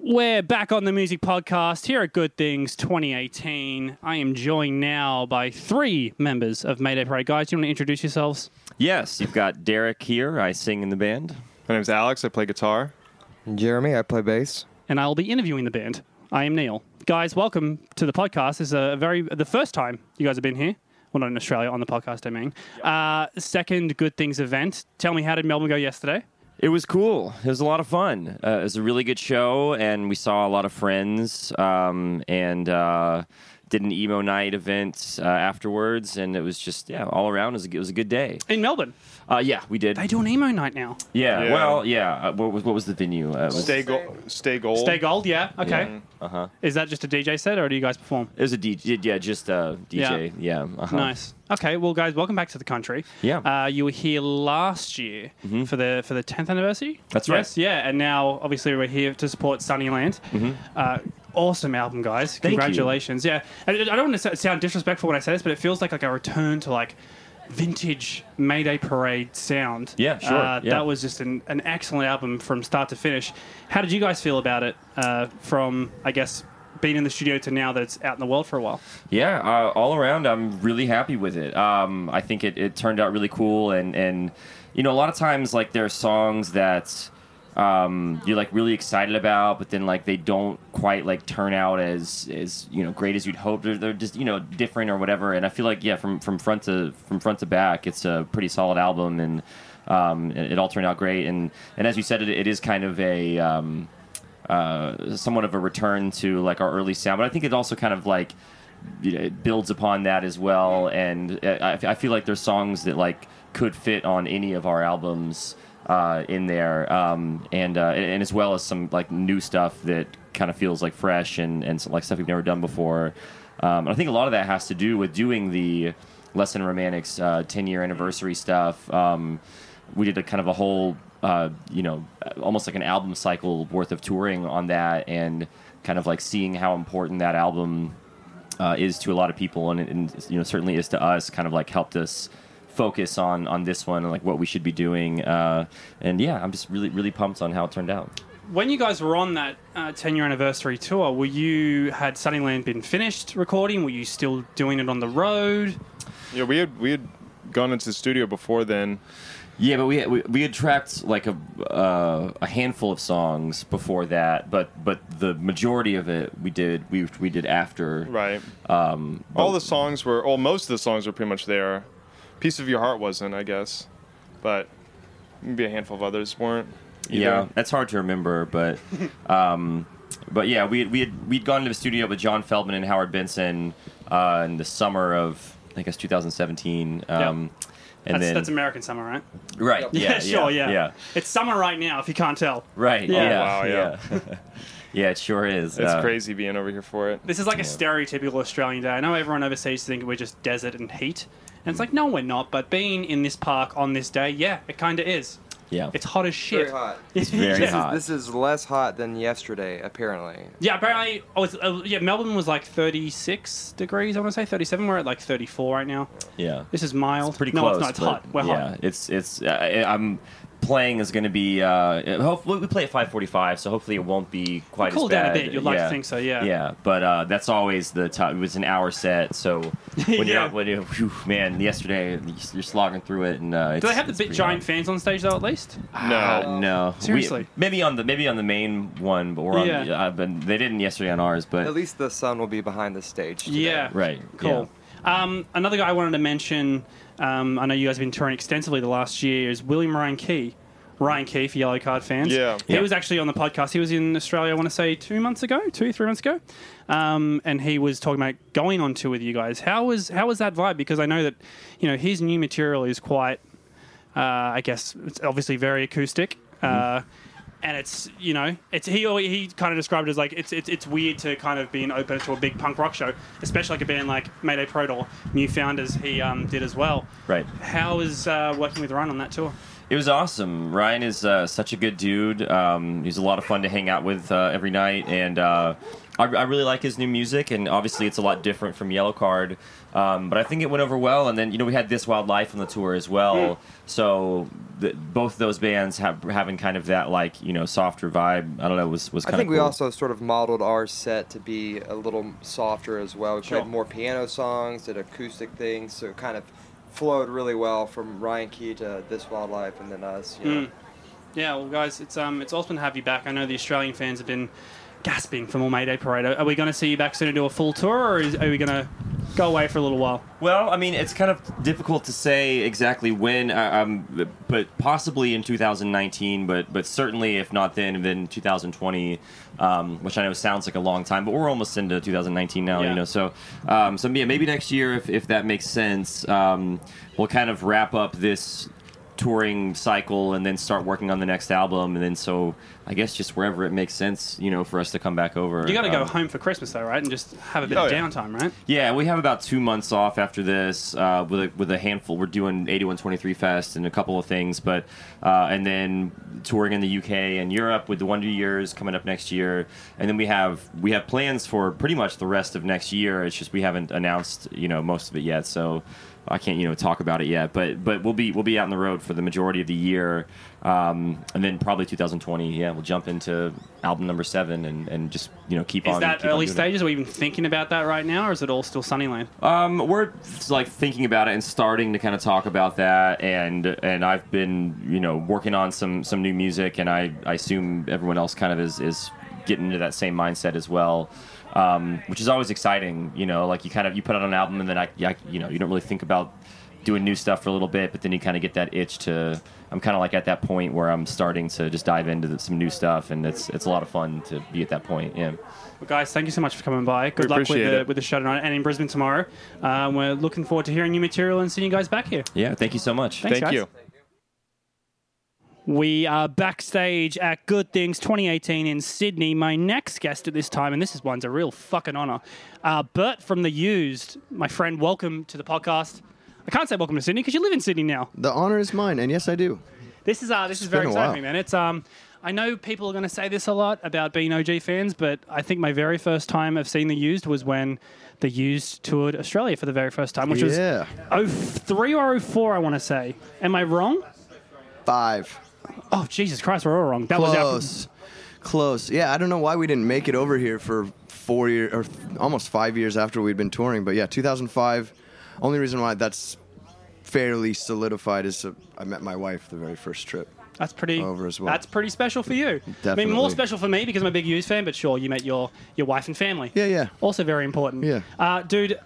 We're back on the music podcast here at Good Things 2018. I am joined now by three members of Mayday Parade. Guys, do you want to introduce yourselves? Yes, you've got Derek here. I sing in the band. My name's Alex. I play guitar. Jeremy, I play bass. And I'll be interviewing the band. I am Neil. Guys, welcome to the podcast. This is a very the first time you guys have been here. Well, not in Australia on the podcast. I mean, uh, second Good Things event. Tell me, how did Melbourne go yesterday? It was cool. It was a lot of fun. Uh, it was a really good show, and we saw a lot of friends um, and uh, did an emo night event uh, afterwards. And it was just, yeah, all around, it was a, it was a good day. In Melbourne, Uh, yeah, we did. they do an emo night now. yeah, Yeah. well, yeah. Uh, what, was, what was the venue? Uh, it was, Stay gold. Stay gold. Stay Gold, yeah. Okay, Uh-huh. is that just a DJ set, or do you guys perform? It was a DJ. Yeah, just a DJ. Yeah. uh-huh. Nice. Okay, well, guys, welcome back to the country. Yeah. uh, you were here last year for the for the tenth anniversary. Mm-hmm. That's yes? right. Yeah, and now obviously we're here to support Sunnyland. Mm-hmm. Uh, awesome album, guys! you. Congratulations. Yeah, and I don't want to sound disrespectful when I say this, but it feels like like a return to like vintage Mayday Parade sound. Yeah, sure, Uh, yeah. That was just an, an excellent album from start to finish. How did you guys feel about it? Uh, from I guess being in the studio to now that it's out in the world for a while. Yeah, uh, all around, I'm really happy with it. Um, I think it, it turned out really cool, and and you know, a lot of times like there are songs that um, you're like really excited about, but then like they don't quite like turn out as as you know great as you'd hope. They're, they're just you know different or whatever. And I feel like yeah, from from front to from front to back, it's a pretty solid album, and um, it, it all turned out great. And and as you said, it, it is kind of a um, uh, somewhat of a return to like our early sound, but I think it also kind of like you know, it builds upon that as well. And uh, I, I feel like there's songs that like could fit on any of our albums uh, in there, um, and, uh, and and as well as some like new stuff that kind of feels like fresh and and some, like stuff we've never done before. Um, and I think a lot of that has to do with doing the Less Than Romantics uh, 10 year anniversary stuff. Um, we did a kind of a whole, uh, you know, almost like an album cycle worth of touring on that and kind of like seeing how important that album uh, is to a lot of people, and, and you know certainly is to us. Kind of like helped us focus on on this one and like what we should be doing. Uh, and yeah, I'm just really really pumped on how it turned out. When you guys were on that uh, 10 year anniversary tour, were you had Sunnyland been finished recording? Were you still doing it on the road? Yeah, we had we had gone into the studio before then. Yeah, but we we, we had tracked like a uh, a handful of songs before that, but but the majority of it we did we we did after. Right. Um, All but- the songs were. Well, most of the songs were pretty much there. Piece of your heart wasn't, I guess, but maybe a handful of others weren't. either. Yeah, that's hard to remember, but um, but yeah, we had- we had we'd gone to the studio with John Feldman and Howard Benson uh, in the summer of I guess 2017. Um, And That's, then that's American summer, right? right, yeah, yeah, sure, yeah. yeah, It's summer right now, if you can't tell. right, Yeah. yeah, wow, yeah. yeah, Yeah, it sure is. It's Uh, crazy being over here for it. This is like a stereotypical Australian day. I know everyone overseas think we're just desert and heat. And it's like, no, we're not. But being in this park on this day, yeah, it kind of is. Yeah, It's hot as shit. Very hot. It's very yeah. hot. This is less hot than yesterday, apparently. Yeah, apparently, oh, it's, uh, yeah, Melbourne was like 36 degrees, I want to say, 37. We're at like 34 right now. yeah. This is mild. Pretty no, close. it's not. It's but hot. We're yeah, hot. it's it's. Uh, I'm playing is going to be. Uh, hopefully, we play at 5:45, so hopefully it won't be quite cool as down a bad. bit, you'd like to think so, yeah. Yeah, but uh, that's always the top. It was an hour set, so when you're Yeah. out, when you, whew, man, yesterday you're slogging through it, and uh, it's, Do they have the it's big pretty giant hot. fans on stage though? At least No. Uh, no, We- Seriously. maybe on the maybe on the main one, but we're on. Yeah. Uh, but they didn't yesterday on ours, but At least the sun will be behind the stage. today. Yeah. Right, Cool. Um, another guy I wanted to mention. Um, I know you guys have been touring extensively the last year. Is William Ryan Key. Ryan Key for Yellow Card fans. Yeah. He Yeah. was actually on the podcast. He was in Australia, I want to say, two months ago, two, three months ago. Um, and he was talking about going on tour with you guys. How was how was that vibe? Because I know that, you know, his new material is quite uh, I guess it's obviously very acoustic. Uh, and it's you know it's he al- he kind of described it as like it's, it's it's weird to kind of be an opener to a big punk rock show, especially like a band like Mayday Parade or New Founders he um, did as well. right. How is uh, working with Ryan on that tour? It was awesome. Ryan is uh, such a good dude. Um, he's a lot of fun to hang out with uh, every night, and uh, I, I really like his new music. And obviously, it's a lot different from Yellow Card, um, but I think it went over well. And then you know we had This Wild Life on the tour as well, Hmm. so th- both those bands have having kind of that like you know softer vibe. I don't know was was I kind of. think we also sort of modeled our set to be a little softer as well. We Sure. played more piano songs, did acoustic things, so it kind of flowed really well from Ryan Key to This Wildlife and then us. You know. Mm. Yeah, well, guys, it's um, it's awesome to have you back. I know the Australian fans have been gasping for more May Day Parade. Are are we going to see you back soon to do a full tour, or is, are we going to go away for a little while? Well, I mean, it's kind of difficult to say exactly when, uh, um, but possibly in 2019, but but certainly if not then, then 2020, um, which I know sounds like a long time, but we're almost into 2019 now, Yeah. you know. So, um, so yeah, maybe next year if if that makes sense, um, we'll kind of wrap up this touring cycle and then start working on the next album, and then so I guess just wherever it makes sense, you know, for us to come back over. You got to go Um, home for Christmas though, right? And just have a bit Oh, of yeah. downtime, right? yeah, we have about two months off after this uh, with a, with a handful. We're doing 8123 Fest and a couple of things, but uh, and then touring in the UK and Europe with the Wonder Years coming up next year, and then we have we have plans for pretty much the rest of next year. It's just we haven't announced you know most of it yet, so I can't you know talk about it yet. But but we'll be we'll be out on the road for the majority of the year, um, and then probably 2020. Yeah, we'll jump into album number seven and, and just you know keep Is on. that keep on early doing it. stages? Are we even thinking about that right now, or is it all still Sunnyland? Um, we're like thinking about it and starting to kind of talk about that, and and I've been you know working on some some new music, and I, I assume everyone else kind of is is getting into that same mindset as well, um, which is always exciting. You know, like you kind of you put out an album, and then I, I you know you don't really think about doing new stuff for a little bit, but then you kind of get that itch to. I'm kind of like at that point where I'm starting to just dive into the, some new stuff, and it's it's a lot of fun to be at that point. Yeah. Well, guys, thank you so much for coming by. Good We luck with appreciate the it. with the show tonight and in Brisbane tomorrow. Um, we're looking forward to hearing new material and seeing you guys back here. Yeah. Thank you so much. Thanks, Thank guys. you. We are backstage at Good Things 2018 in Sydney. My next guest at this time, and this is one's a real fucking honor, uh, Bert from The Used. My friend, welcome to the podcast. I can't say welcome to Sydney because you live in Sydney now. The honor is mine, and yes, I do. This is uh, this is very been a exciting, while. to me, man. It's um, I know people are going to say this a lot about being OG fans, but I think my very first time of seeing The Used was when The Used toured Australia for the very first time, which Yeah. was 03 or 04, I want to say. Am I wrong? Five. Oh Jesus Christ, we're all wrong. That was our Close. Close. Yeah, I don't know why we didn't make it over here for four years or th- almost five years after we'd been touring, but yeah, 2005. Only reason why that's fairly solidified is uh, I met my wife the very first trip. That's pretty over as well. That's pretty special for you. I mean, more Definitely. special for me because I'm a big Hughes fan. But sure, you met your your wife and family. Yeah, yeah. Also very important. Yeah. uh, dude.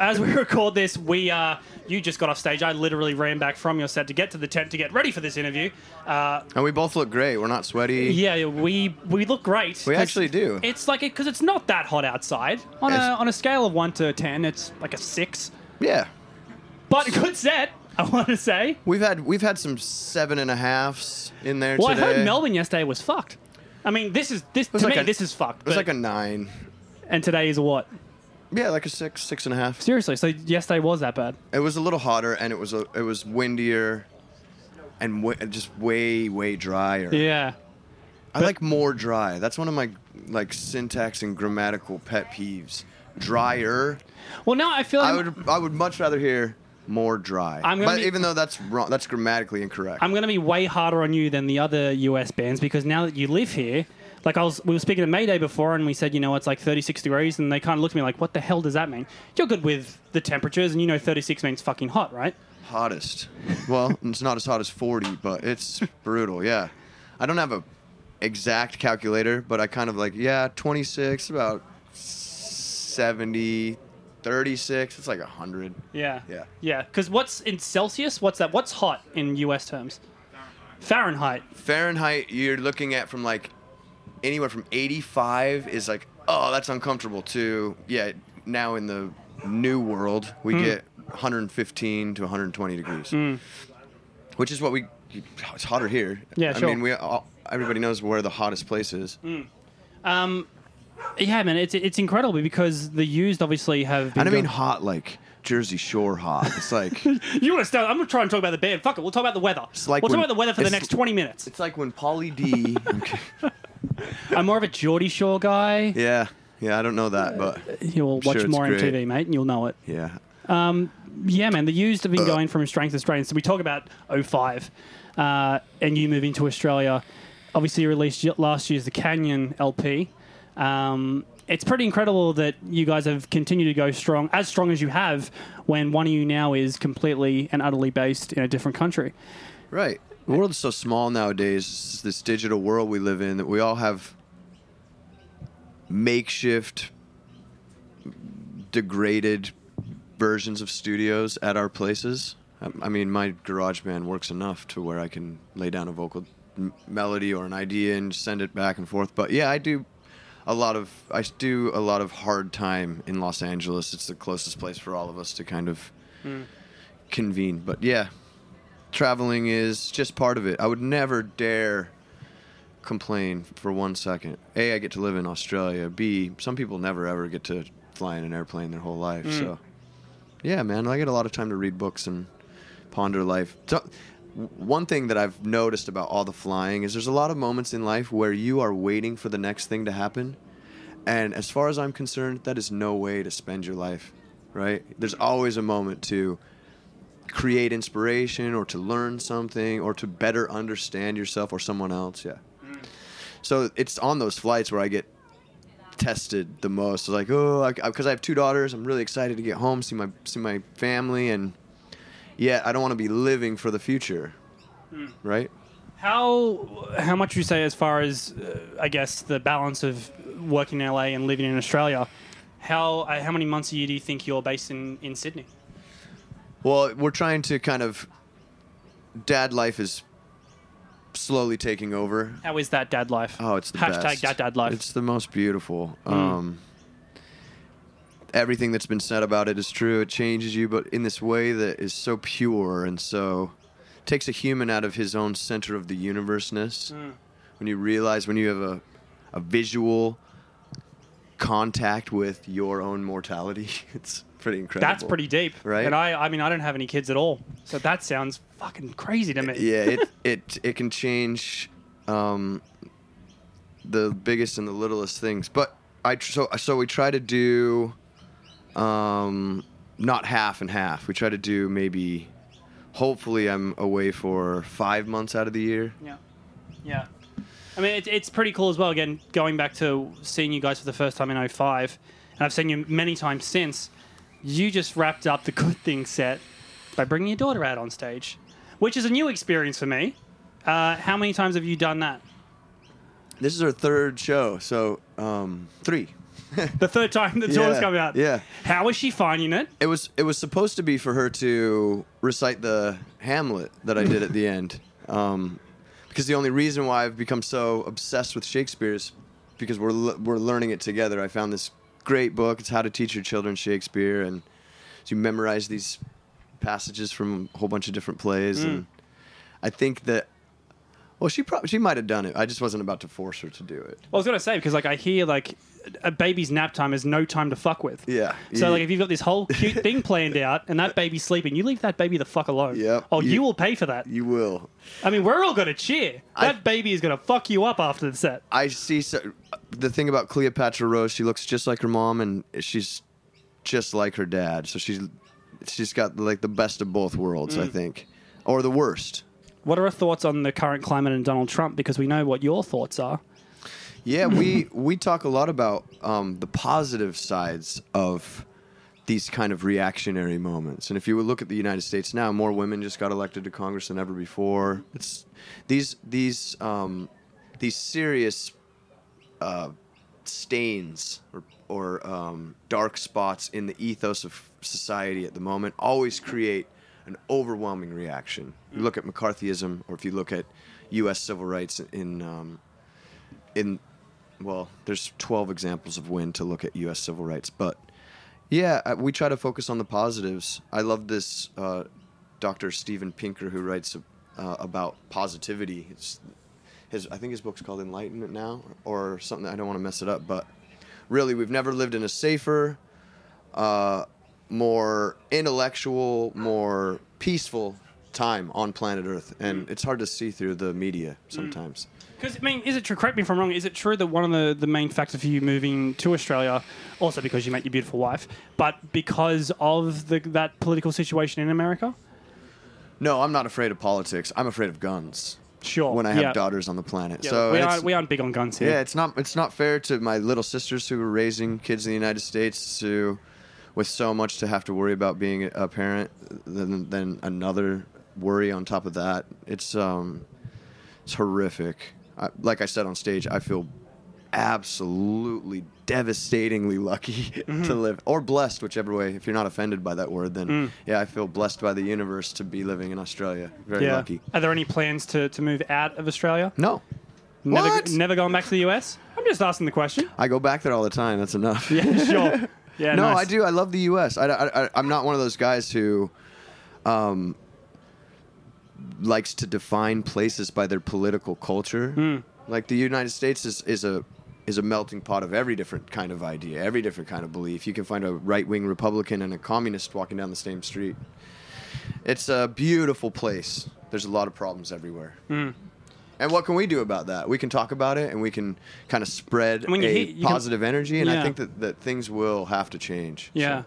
as we record this, we uh, you just got off stage. I literally ran back from your set to get to the tent to get ready for this interview. Uh, And we both look great. We're not sweaty. yeah, we we look great. We It's- actually do. It's like because it's not that hot outside. On a Yes. on a scale of one to ten, it's like a six. Yeah. But good set, I want to say. We've had we've had some seven and a halfs in there Well, today. I heard Melbourne yesterday was fucked. I mean, this is this to was like me. a- this is fucked. It was but- like a nine. and today is a what? Yeah, like a six, six and a half. Seriously, so yesterday was that bad. It was a little hotter, and it was a, it was windier, and w- just way way drier. Yeah. I like more dry. That's one of my like syntax and grammatical pet peeves. Drier. Well, now I feel like I would I would much rather hear more dry. I'm gonna but be- even though that's wrong, that's grammatically incorrect. I'm going to be way harder on you than the other US bands because now that you live here, like I was, we were speaking at Mayday before, and we said, you know, it's like 36 degrees, and they kind of looked at me like, what the hell does that mean? You're good with the temperatures, and you know, 36 means fucking hot, right? Hottest. Well, it's not as hot as 40, but it's brutal. Yeah. I don't have a exact calculator, but I kind of like yeah, 26 about 70, 36. It's like 100. Yeah. Yeah. Yeah. Because what's in Celsius? What's that? What's hot in US terms? Fahrenheit. Fahrenheit, you're looking at from like anywhere from 85 is like, oh, that's uncomfortable too. Yeah, now in the new world, we Hmm. get 115 to 120 degrees, which is what we. It's hotter here. Yeah, sure. I mean, we all, everybody knows where the hottest place is. Um, Yeah, man, it's it's incredible because the used obviously have. Been And I mean go- hot like Jersey Shore hop. It's like You want to start? I'm going to try and talk about the band. Fuck it. We'll talk about the weather. like we'll when- talk about the weather for the it's- next 20 minutes. it's like when Pauly D. Okay. I'm more of a Geordie Shore guy. Yeah, yeah. I don't know that, but You'll watch Sure, it's more great. MTV, mate, and you'll know it. yeah. Um, Yeah, man. The used have been going from strength to strength. So we talk about 05 uh, and you moving to Australia. Obviously, you released y- last year's The Canyon LP. Um, it's pretty incredible that you guys have continued to go strong, as strong as you have, when one of you now is completely and utterly based in a different country. Right. The world is so small nowadays. It's this digital world we live in that we all have makeshift, degraded versions of studios at our places. I, I mean, my garage band works enough to where I can lay down a vocal m- melody or an idea and send it back and forth. But yeah, I do a lot of I do a lot of hard time in Los Angeles. It's the closest place for all of us to kind of Hmm. convene. But yeah, traveling is just part of it. I would never dare complain for one second. A, I get to live in Australia. B, some people never ever get to fly in an airplane their whole life. So, yeah, man, I get a lot of time to read books and ponder life. So, w- one thing that I've noticed about all the flying is there's a lot of moments in life where you are waiting for the next thing to happen. And as far as I'm concerned, that is no way to spend your life, right? There's always a moment to create inspiration or to learn something or to better understand yourself or someone else. Yeah. Mm. So it's on those flights where I get tested the most. Like, oh, because I, have two daughters, I'm really excited to get home, see my see my family, and yet I don't want to be living for the future, right? How how much you say as far as uh, I guess the balance of working in LA and living in Australia? How uh, how many months a year do you think you're based in, in Sydney? Well, we're trying to kind of. Dad life is slowly taking over. How is that dad life? Oh, it's the hashtag best. dad dad life. Mm. It's the most beautiful. Um, everything that's been said about it is true. It changes you, but in this way that is so pure and so takes a human out of his own center of the universeness. Mm. When you realize when you have a a visual contact with your own mortality, it's pretty incredible. that's pretty deep, Right? And I I mean I don't have any kids at all, so that sounds fucking crazy to me. yeah, it it it can change um, the biggest and the littlest things. But I tr- so so we try to do um, not half and half. We try to do maybe. Hopefully, I'm away for five months out of the year. Yeah. Yeah. I mean, it, it's pretty cool as well. Again, going back to seeing you guys for the first time in 05, and I've seen you many times since, you just wrapped up the Good Thing set by bringing your daughter out on stage, which is a new experience for me. Uh, how many times have you done that? This is our third show, so um, three. The third time the daughter's Yeah, come out. yeah. How is she finding it? It was it was supposed to be for her to recite the Hamlet that I did at the end, um, because the only reason why I've become so obsessed with Shakespeare is because we're l- we're learning it together. I found this great book. It's How to Teach Your Children Shakespeare, and so you memorize these passages from a whole bunch of different plays. And I think that well, she probably she might have done it. I just wasn't about to force her to do it. Well, I was going to say, because like I hear like a baby's nap time is no time to fuck with. Yeah. So You- like if you've got this whole cute thing planned out and that baby's sleeping, you leave that baby the fuck alone. Yep. Or you, You- will pay for that. You will. I mean, we're all gonna cheer. I- That baby is gonna fuck you up after the set. I see so, the thing about Cleopatra Rose. She looks just like her mom, and she's just like her dad. So she's she's got like the best of both worlds, I think, or the worst. What are our thoughts on the current climate and Donald Trump? Because we know what your thoughts are. Yeah, we we talk a lot about um, the positive sides of these kind of reactionary moments. And if you would look at the United States now, more women just got elected to Congress than ever before. It's these these um, these serious uh, stains or, or um, dark spots in the ethos of society at the moment always create an overwhelming reaction. You look at McCarthyism, or if you look at U.S. civil rights in um, in well, there's 12 examples of when to look at U.S. civil rights, but yeah, I- we try to focus on the positives. I love this uh, Dr. Steven Pinker who writes uh, about positivity. It's his, I think his book's called Enlightenment Now or something. I don't want to mess it up, but really, we've never lived in a safer, uh, more intellectual, more peaceful time on planet Earth, and it's hard to see through the media sometimes. Because I mean, is it true? Correct me if I'm wrong. Is it true that one of the, the main factors for you moving to Australia, also because you met your beautiful wife, but because of the, that political situation in America? No, I'm not afraid of politics. I'm afraid of guns. Sure. When I have yeah. daughters on the planet, Yeah, so we it's- aren't we aren't big on guns here. Yeah, it's not it's not fair to my little sisters who are raising kids in the United States to with so much to have to worry about being a parent then then another worry on top of that. It's um it's horrific. I, like I said on stage, I feel absolutely devastatingly lucky to Mm-hmm. live or blessed whichever way if you're not offended by that word then Mm. yeah i feel blessed by the universe to be living in australia very Yeah. lucky Are there any plans to, to move out of Australia? no Never, What? never going back to the US? I'm just asking the question. i go back there all the time that's enough Yeah, sure. Yeah, no, nice. I do. I love the U.S. I, am not one of those guys who um, likes to define places by their political culture. Hmm. Like the United States is, is a is a melting pot of every different kind of idea, every different kind of belief. You can find a right wing Republican and a communist walking down the same street. It's a beautiful place. There's a lot of problems everywhere. And what can we do about that? We can talk about it, and we can kind of spread mean, you a hit- you can- positive energy. And Yeah. I think that, that things will have to change. Yeah. So-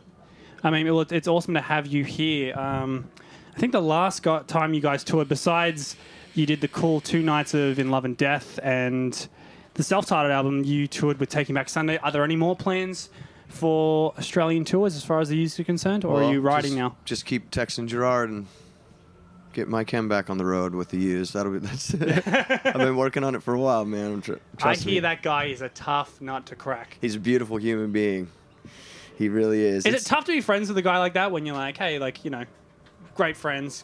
I mean, well, it- it's awesome to have you here. Um, I think the last go- time you guys toured, besides you did the cool two nights of In Love and Death and the self titled album, you toured with Taking Back Sunday. Are there any more plans for Australian tours as far as the youth are concerned, or Well, are you riding just- now? Just keep texting Gerard and get my chem back on the road with the U's. That'll be that's. I've been working on it for a while, man. I'm tr- I trust hear me. that guy is a tough nut to crack. He's a beautiful human being. He really is. Is It's- it tough to be friends with a guy like that when you're like, hey, like, you know, great friends?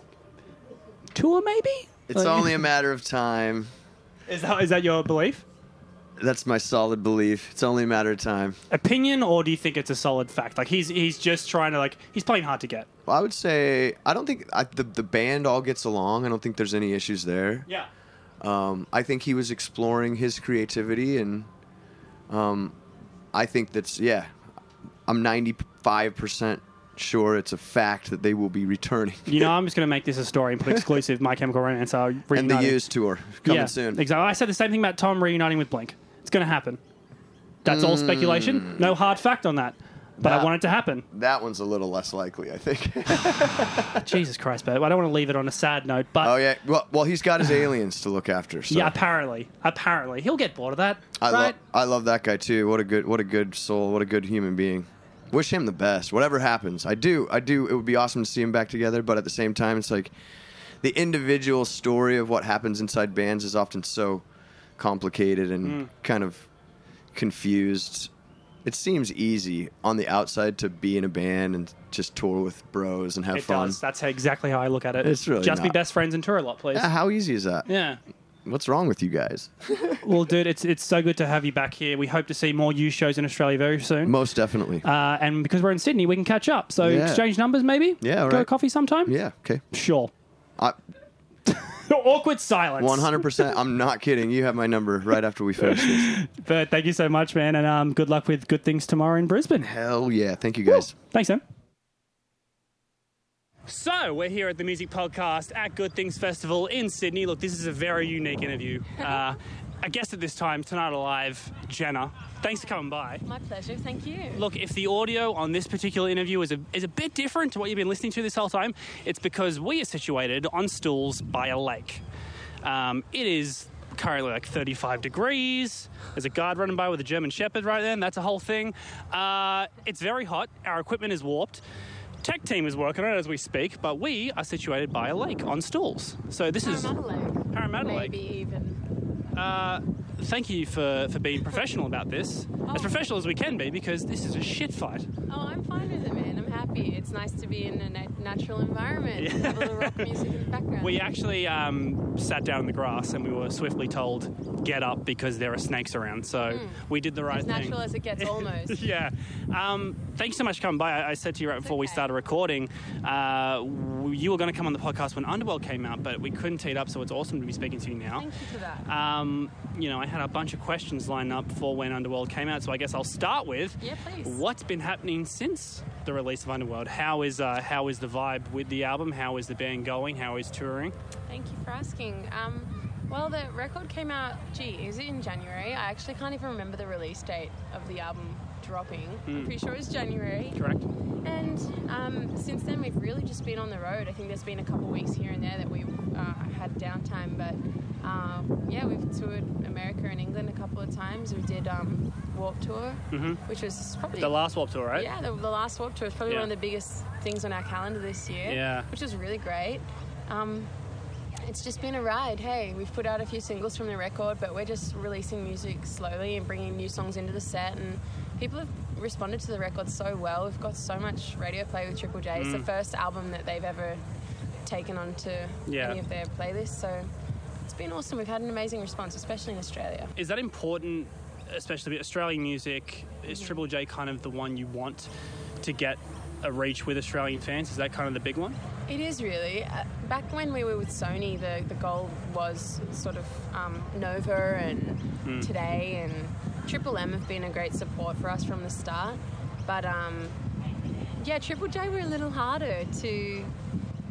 Tour maybe? It's Like- only a matter of time. Is that, is that your belief? That's my solid belief. It's only a matter of time. opinion or do you think it's a solid fact like he's he's just trying to like he's playing hard to get Well, I would say I don't think I, the the band all gets along. I don't think there's any issues there. yeah Um, I think he was exploring his creativity, and um, I think that's yeah. I'm 95 percent sure it's a fact that they will be returning, you know i'm just going to make this a story and put exclusive my chemical romance i'll and the used tour coming soon. exactly i said the same thing about tom reuniting with blink it's going to happen that's all Hmm. speculation no hard fact on that but I That- want it to happen. That one's a little less likely, I think. Jesus Christ, but I don't want to leave it on a sad note. But oh yeah. Well, well, he's got his aliens to look after. So. yeah, apparently, apparently he'll get bored of that, I love right? I love that guy too. What a good what a good soul. What a good human being. Wish him the best. Whatever happens, I do. I do. It would be awesome to see him back together. But at the same time, it's like the individual story of what happens inside bands is often so complicated Hmm. and kind of confused. It seems easy on the outside to be in a band and just tour with bros and have it fun. does. That's exactly how I look at it. It's really just be not. Uh, best friends and tour a lot, please. Yeah, how easy is that? yeah. What's wrong with you guys? Well, dude, it's it's so good to have you back here. We hope to see more you shows in Australia very soon. Most definitely. Uh, and because we're in Sydney, we can catch up. So Yeah. exchange numbers, maybe. Yeah, all Go right. coffee sometime. yeah. Okay. Sure. I, Awkward silence. One hundred percent. I'm not kidding. You have my number right after we finish this. But thank you so much, man, and um, good luck with good things tomorrow in Brisbane. Hell yeah! Thank you guys. Thanks, Sam. So we're here at the music podcast at Good Things Festival in Sydney. Look, this is a very unique interview. Uh, I guess at this time, tonight alive, Jenna. Thanks for coming by. My pleasure, thank you. Look, if the audio on this particular interview is a, is a bit different to what you've been listening to this whole time, it's because we are situated on stools by a lake. Um, it is currently like 35 degrees. There's a guard running by with a German Shepherd right then. That's a whole thing. Uh, it's very hot. Our equipment is warped. Tech team is working on it as we speak, but we are situated by a lake on stools. So this is. Parramatta Lake. Parramatta Lake. Maybe even. Thank you for, for being professional about this, as professional as we can be, because this is a shit fight. Oh, I'm fine with it, man. I'm happy. It's nice to be in a nat- natural environment. Have a little rock music in the background. We actually um, sat down in the grass and we were swiftly told, get up because there are snakes around. So we did the right Hmm. as thing. natural as it gets, almost. yeah. Um, thanks so much for coming by. I, I said to you right before we okay. started recording, uh, w- you were going to come on the podcast when Underworld came out, but we couldn't tee it up, so it's awesome to be speaking to you now. Thank you for that. Um, you know, I I had a bunch of questions lined up for when Underworld came out, so I guess I'll start with Yeah, please. what's been happening since the release of Underworld? How is uh, how is the vibe with the album? How is the band going? How is touring? Thank you for asking. Um, well, the record came out, gee, is it in January? I actually can't even remember the release date of the album dropping. I'm pretty sure it was January. Correct. And um, since then, we've really just been on the road. I think there's been a couple weeks here and there that we've uh, had downtime, but uh, yeah, we've toured America and England a couple of times. We did um, Warp Tour, Uh, mm-hmm. which was probably The last Warped Tour, right? yeah, the, the last Warp Tour was probably Yeah. one of the biggest things on our calendar this year. Yeah. Which is really great. Um, it's just been a ride. Hey, we've put out a few singles from the record, but we're just releasing music slowly and bringing new songs into the set. And people have responded to the record so well. We've got so much radio play with Triple J. It's Mm. the first album that they've ever taken onto Yeah. any of their playlists. So it's been awesome. We've had an amazing response, especially in Australia. Is that important, especially with Australian music? Is Triple J kind of the one you want to get a reach with Australian fans? Is that kind of the big one? It is really. Uh, back when we were with Sony, the, the goal was sort of um, Nova and Hmm. Today and Triple M have been a great support for us from the start. But um, yeah, Triple J were a little harder to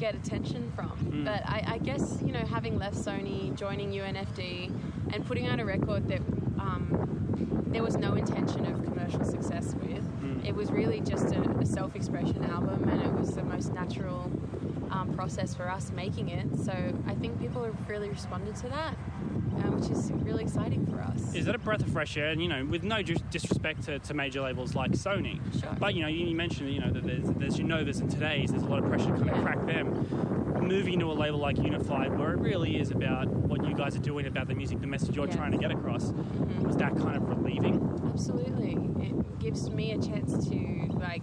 get attention from. But I, I guess, you know, having left Sony, joining UNFD, and putting out a record that um, there was no intention of commercial success with. It was really just a, a self expression album, and it was the most natural um, process for us making it. So I think people have really responded to that, uh, which is really exciting for us. Is that a breath of fresh air? And you know, with no dis- disrespect to, to major labels like Sony, Sure. but you know, you, you mentioned you know that there's there's your Novas and Today's. There's a lot of pressure to kind of Yeah. crack them. Moving to a label like Unified, where it really is about what you guys are doing, about the music, the message you're Yes. Mm-hmm. trying to get across, was that kind of relieving? Absolutely. It gives me a chance to like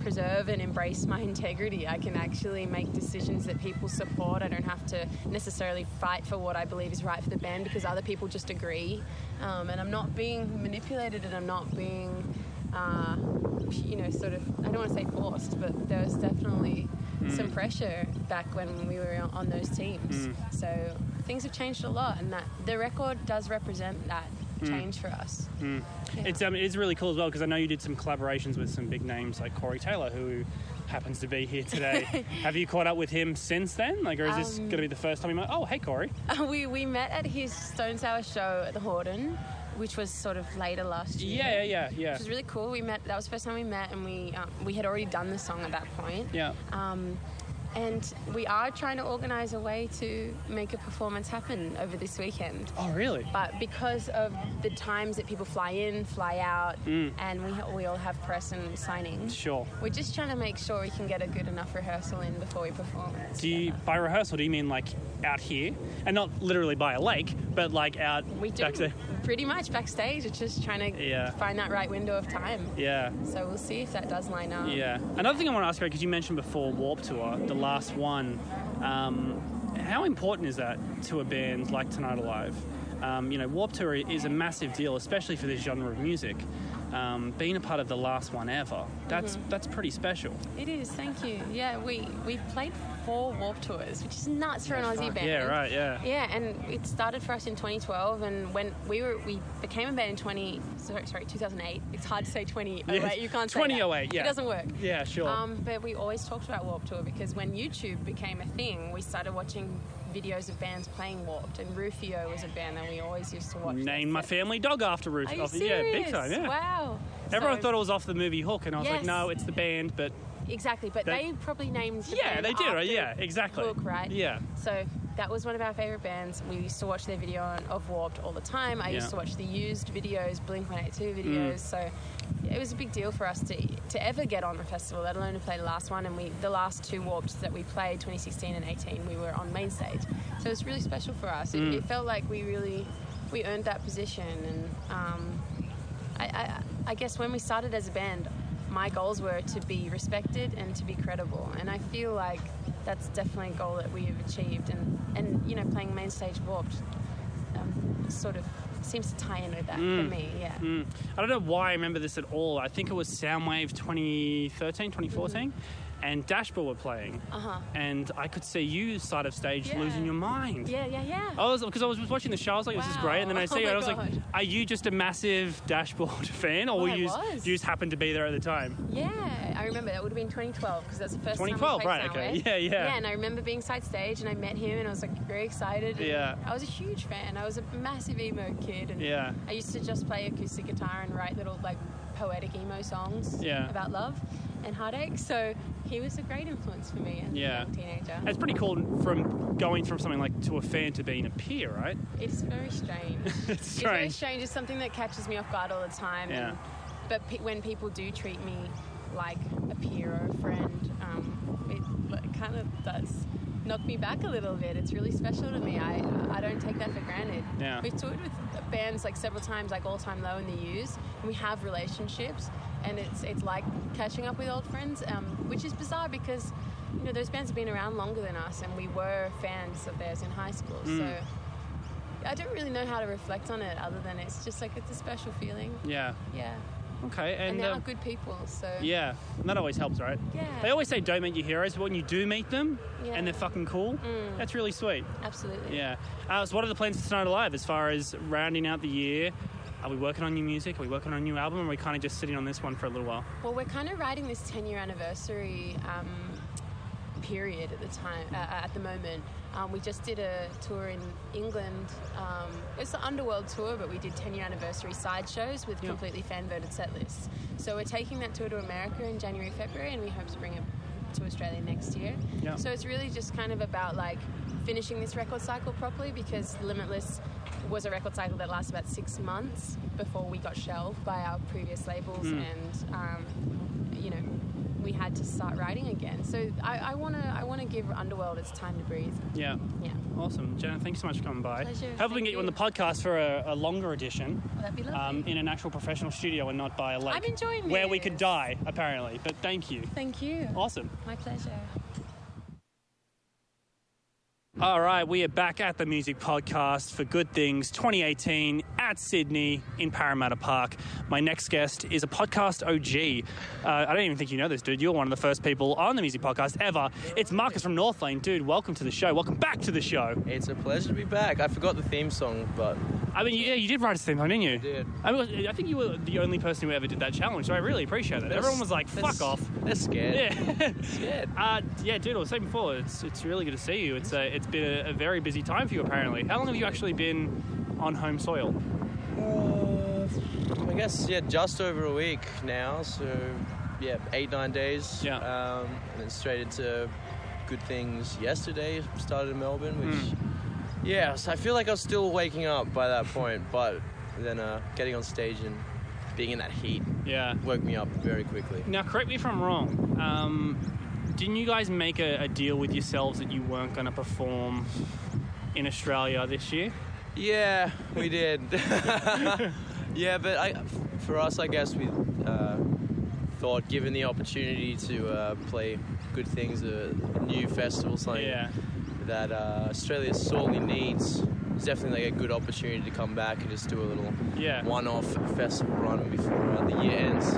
preserve and embrace my integrity. I can actually make decisions that people support. I don't have to necessarily fight for what I believe is right for the band because other people just agree. Um, and I'm not being manipulated and I'm not being, uh, you know, sort of, I don't want to say forced, but there was definitely some pressure back when we were on- on those teams. So things have changed a lot and that the record does represent that change for us. Yeah. It's um, it's really cool as well because I know you did some collaborations with some big names like Corey Taylor, who happens to be here today. Have you caught up with him since then? Like, or is this Um, going to be the first time you might? Oh, hey, Corey. we we met at his Stone Sour show at the Horden, which was sort of later last year. Yeah, yeah, yeah, yeah. Which was really cool. We met. That was the first time we met, and we um, we had already done the song at that point. yeah. Um, and we are trying to organise a way to make a performance happen over this weekend. oh, really? But because of the times that people fly in, fly out, and we we all have press and signings, Mm. Sure. we're just trying to make sure we can get a good enough rehearsal in before we perform. Do you, by rehearsal, do you mean like out here, and not literally by a lake, but like out We do back there? pretty much backstage. It's just trying to Yeah. find that right window of time. Yeah, So we'll see if that does line up. yeah. Another thing I want to ask about because you mentioned before Warp Tour, the last one. Um, how important is that to a band like Tonight Alive? Um, you know, Warp Tour is a massive deal, especially for this genre of music. Um, being a part of the last one ever, that's Mm-hmm. that's pretty special. It is. Thank you. Yeah, we we played four Warp tours, which is nuts for an Aussie Fuck, band. Yeah, right. Yeah. Yeah, and it started for us in 2012, and when we were we became a band in 20 sorry, sorry 2008. It's hard to say 2008. Yes, You can't say that. 2008, yeah. it doesn't work. Yeah, sure. Um, but we always talked about Warp Tour because when YouTube became a thing, we started watching videos of bands playing Warped, and Rufio was a band that we always used to watch. their Named my sets. family dog after Ruth. Are you after- yeah, serious? big time. Yeah. Wow. Everyone So- thought it was off the movie Hook, and I was like, Yes. no, it's the band, but Exactly, but They- they, probably named. The Yeah, band they did, after right? Yeah, exactly. Hook, right? Yeah. So that was one of our favorite bands. We used to watch their video on, of Warped all the time. I Yeah. Mm. used to watch the used videos, Blink One Eight Two videos. So it was a big deal for us to to ever get on the festival, let alone to play the last one. And we the last two Warped that we played, 2016 and 18, we were on main stage. So it was really special for us. Mm. It, it felt like we really we earned that position and. Um, I, I, I guess when we started as a band, my goals were to be respected and to be credible, and I feel like that's definitely a goal that we have achieved. And and you know, playing main stage warped um, sort of seems to tie in with that Mm. for me. Yeah. I don't know why I remember this at all. I think it was Soundwave 2013, 2014. Mm-hmm. and Dashboard were playing, Uh-huh. and I could see you side of stage Yeah. losing your mind. Yeah, yeah, yeah. I was because I was watching the show. I was like, "This is Wow. great," and then I Oh see you, my and I was like, God. "Are you just a massive Dashboard fan, or Well, were I you just- was. you just happened to be there at the time?" Yeah, I remember that would have been 2012 because that's the first 2012, time. we played right, okay. Soundwave. Yeah, yeah. Yeah, and I remember being side stage and I met him and I was like very excited. and Yeah. I was a huge fan. I was a massive emo kid and Yeah. I used to just play acoustic guitar and write little like poetic emo songs Yeah. about love and heartache. So he was a great influence for me as Yeah. a young teenager. It's pretty cool from going from something like to a fan to being a peer, right? It's very strange. It's It's very strange. strange. It's something that catches me off guard all the time. Yeah. And, but pe- when people do treat me like a peer or a friend, um, it like, kind of does knock me back a little bit. It's really special to me. I, I don't take that for granted. Yeah. We've toured with bands like several times, like All Time Low and The U's, and we have relationships, and it's it's like catching up with old friends, um, which is bizarre because you know those bands have been around longer than us, and we were fans of theirs in high school. Mm. So. I don't really know how to reflect on it other than it's just like it's a special feeling. Yeah. Yeah. Okay. And, And, they are um, good people, so yeah, and that always helps, right? Yeah. They always say don't meet your heroes, but when you do meet them Yeah. Mm. and they're fucking cool, that's really sweet. absolutely. Yeah. Uh, so, what are the plans for Tonight Alive as far as rounding out the year? Are we working on new music? Are we working on a new album? Or are we kind of just sitting on this one for a little while? Well, we're kind of writing this 10 year anniversary um, period at the time, uh, at the moment. Um, we just did a tour in England. Um, it's the Underworld tour, but we did 10 year anniversary side shows with Yeah. completely fan voted set lists. So we're taking that tour to America in January, February, and we hope to bring it to Australia next year. Yeah. So it's really just kind of about like finishing this record cycle properly because Limitless was a record cycle that lasted about six months before we got shelved by our previous labels Hmm. and um, you know we had to start writing again. So I, I wanna I wanna give Underworld its time to breathe. Yeah. Yeah, Awesome. Jenna, thanks so much for coming by. Pleasure. Hopefully, we Thank can get you on the you. podcast for a, a longer edition well, that'd be lovely. um, in an actual professional studio and not by a lake. I'm enjoying Where we could this. die, apparently. But thank you. Thank you. Awesome. My pleasure. All right, we are back at the Music Podcast for Good Things 2018 at Sydney in Parramatta Park. My next guest is a podcast OG. Uh, I don't even think you know this, dude. You're one of the first people on the Music Podcast ever. It's Marcus from Northlane. Dude, welcome to the show. Welcome back to the show. It's a pleasure to be back. I forgot the theme song, but I mean, yeah, you did write a theme song, didn't you? did. I, mean, I think you were the only person who ever did that challenge, so I really appreciate it. Everyone was like, they're fuck s- off. They're scared. Yeah. Scared. Uh, yeah, dude. I was saying before, it's it's really good to see you. It's a, it's been a, a very busy time for you, apparently. How long have you actually been on home soil? Uh, I guess yeah, just over a week now. So yeah, eight nine days. Yeah. Um, and then straight into good things. Yesterday started in Melbourne, which Hmm. yeah, so I feel like I was still waking up by that point, but then uh, getting on stage and being in that heat Yeah. woke me up very quickly. Now, correct me if I'm wrong. Um, didn't you guys make a, a deal with yourselves that you weren't going to perform in Australia this year? Yeah, we did. yeah, but I, for us, I guess we uh, thought, given the opportunity to uh, play good things, a new festival, something Yeah. that uh, Australia sorely needs, it's definitely like a good opportunity to come back and just do a little Yeah. one-off festival run before uh, the year ends.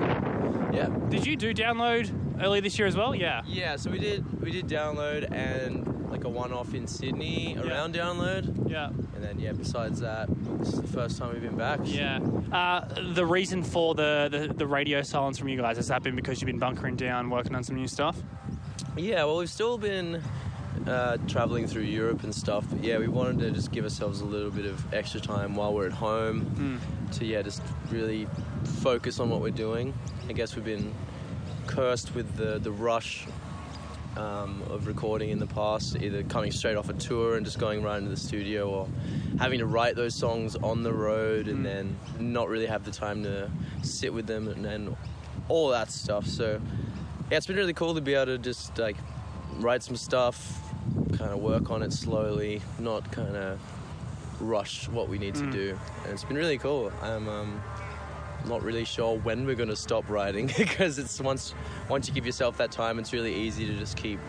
Yeah. Did you do download early this year as well? Yeah. Yeah, so we did we did download and like a one-off in Sydney around download. Yeah. And then, yeah, besides that, this is the first time we've been back. Yeah. Uh, the reason for the, the, the radio silence from you guys has that been because you've been bunkering down, working on some new stuff? Yeah, well, we've still been uh, traveling through Europe and stuff. But yeah, we wanted to just give ourselves a little bit of extra time while we're at home to, yeah, just really focus on what we're doing. I guess we've been cursed with the, the rush um, of recording in the past, either coming straight off a tour and just going right into the studio, or having to write those songs on the road and then not really have the time to sit with them and, and all that stuff. So yeah, it's been really cool to be able to just like write some stuff, kind of work on it slowly, not kind of rush what we need to do. And it's been really cool. I'm um, not really sure when we're going to stop writing because it's once once you give yourself that time, it's really easy to just keep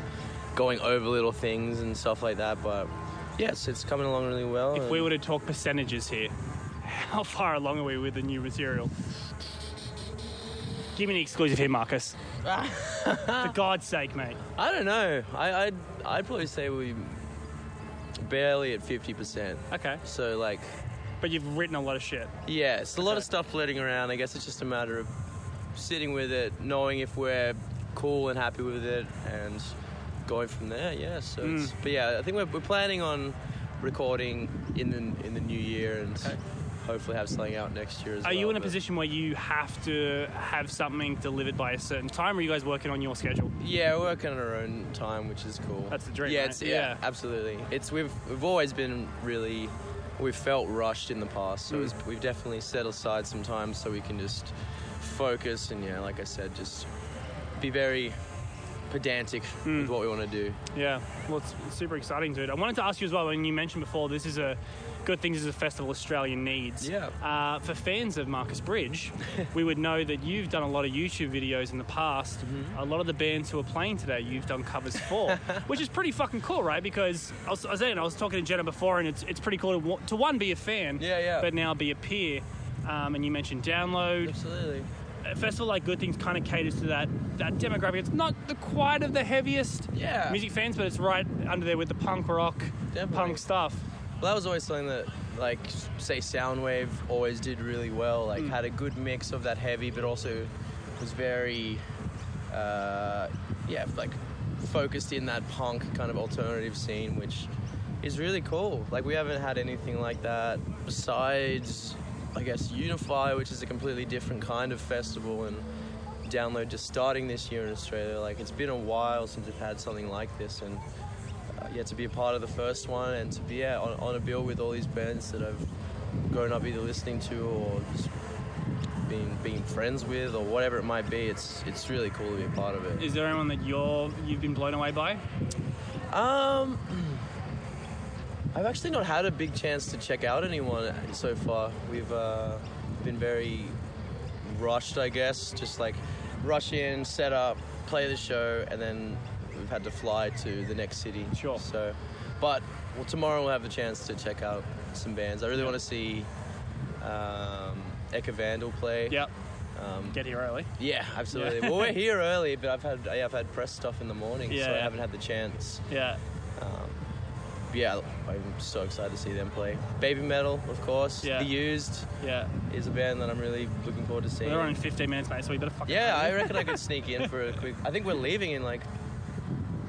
going over little things and stuff like that. But yes, it's coming along really well. If and- we were to talk percentages here, how far along are we with the new material? Give me an exclusive here, Marcus. For God's sake, mate. I don't know. I, I'd, I'd probably say we barely at 50%. Okay. So, like, But you've written a lot of shit. yeah, it's a lot Okay. of stuff floating around. I guess it's just a matter of sitting with it, knowing if we're cool and happy with it, and going from there. Yeah. So, Hmm. it's, but yeah, I think we're, we're planning on recording in the, in the new year and hopefully have something out next year as Are well. you in a but- position where you have to have something delivered by a certain time, or are you guys working on your schedule? Yeah, we're working on our own time, which is cool. That's the dream, Yeah, right? it's, yeah, Yeah. absolutely. It's we've we've always been really we've felt rushed in the past, Hmm. so it's, we've definitely set aside some time so we can just focus and yeah, like I said, just be very pedantic Hmm. with what we want to do. Yeah, well, it's it's super exciting, dude. I wanted to ask you as well, when you mentioned before, this is a good thing. This is a festival Australia needs. Yeah. Uh, for fans of Marcus Bridge, we would know that you've done a lot of YouTube videos in the past. Mm-hmm. A lot of the bands who are playing today, you've done covers for, which is pretty fucking cool, right? Because I was, I was saying, I was talking to Jenna before, and it's it's pretty cool to, wa- to one be a fan, Yeah, yeah. but now be a peer. Um, and you mentioned download Absolutely. a festival like Good Things kind of caters to that that demographic. It's not the quite of the heaviest Yeah. music fans, but it's right under there with the punk rock, Definitely. punk stuff. Well, that was always something that, like, say Soundwave always did really well. Mm. Like, had a good mix of that heavy, but also was very, uh, yeah, like focused in that punk kind of alternative scene, which is really cool. Like, we haven't had anything like that besides, I guess, Unify, which is a completely different kind of festival and download just starting this year in Australia. Like, it's been a while since we've had something like this, and uh, yeah, to be a part of the first one and to be yeah, on, on a bill with all these bands that I've grown up either listening to or just been being friends with or whatever it might be. It's it's really cool to be a part of it. Is there anyone that you're you've been blown away by? Um, I've actually not had a big chance to check out anyone so far. We've uh, been very rushed, I guess. Just like rush in, set up, play the show, and then we've had to fly to the next city. Sure. So, but well, tomorrow we'll have the chance to check out some bands. I really want to see um, Eka Vandal play. Yep. Um, Get here early. yeah, absolutely. Yeah. well, we're here early, but I've had yeah, I've had press stuff in the morning, Yeah, so I yeah. haven't had the chance Yeah. Um, yeah, I'm so excited to see them play. Baby Metal, of course. Yeah. The Used Yeah. is a band that I'm really looking forward to seeing. We're on in 15 minutes, mate, so we better fucking. yeah, I reckon I could sneak in for a quick. I think we're leaving in like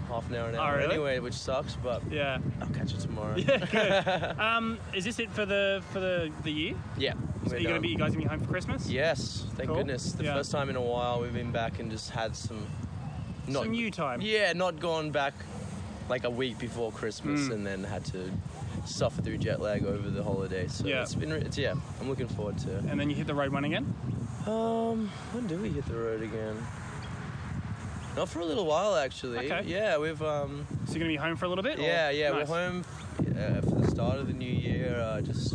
half an hour now. Oh, really? Anyway, which sucks, but Yeah. I'll catch you tomorrow. Yeah. Good. um, is this it for the for the the year? yeah So we're you're gonna done. be you guys gonna be home for Christmas? Yes, thank Cool. goodness. The Yeah. first time in a while we've been back and just had some. Not, Some you time. Yeah, not gone back like a week before Christmas Hmm. and then had to suffer through jet lag over the holiday. So Yeah. it's been, re- it's, yeah, I'm looking forward to it. And then you hit the road one again. Um, when do we hit the road again? Not for a little while, actually. Okay. Yeah, we've um, So you're gonna be home for a little bit. or- yeah, yeah, Nice. we're home uh, for the start of the new year. Uh, just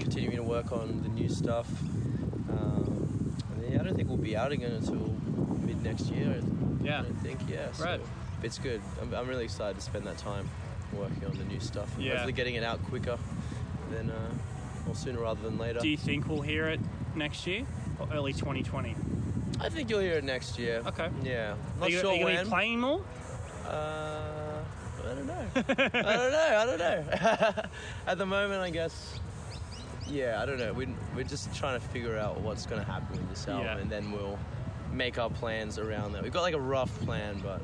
continuing to work on the new stuff. Um, and then, yeah, I don't think we'll be out again until mid next year. I th- Yeah. I don't think yeah. So Right. It's good. I'm, I'm really excited to spend that time working on the new stuff. and Yeah. Hopefully, getting it out quicker than uh, or sooner rather than later. Do you think we'll hear it next year or early 2020? I think you'll hear it next year. Okay. Yeah. Not Are you, sure are you gonna when. be playing more? Uh, I don't know. I don't know. I don't know. At the moment, I guess. Yeah, I don't know. We, we're just trying to figure out what's going to happen with this album, Yeah. and then we'll make our plans around that. We've got like a rough plan, but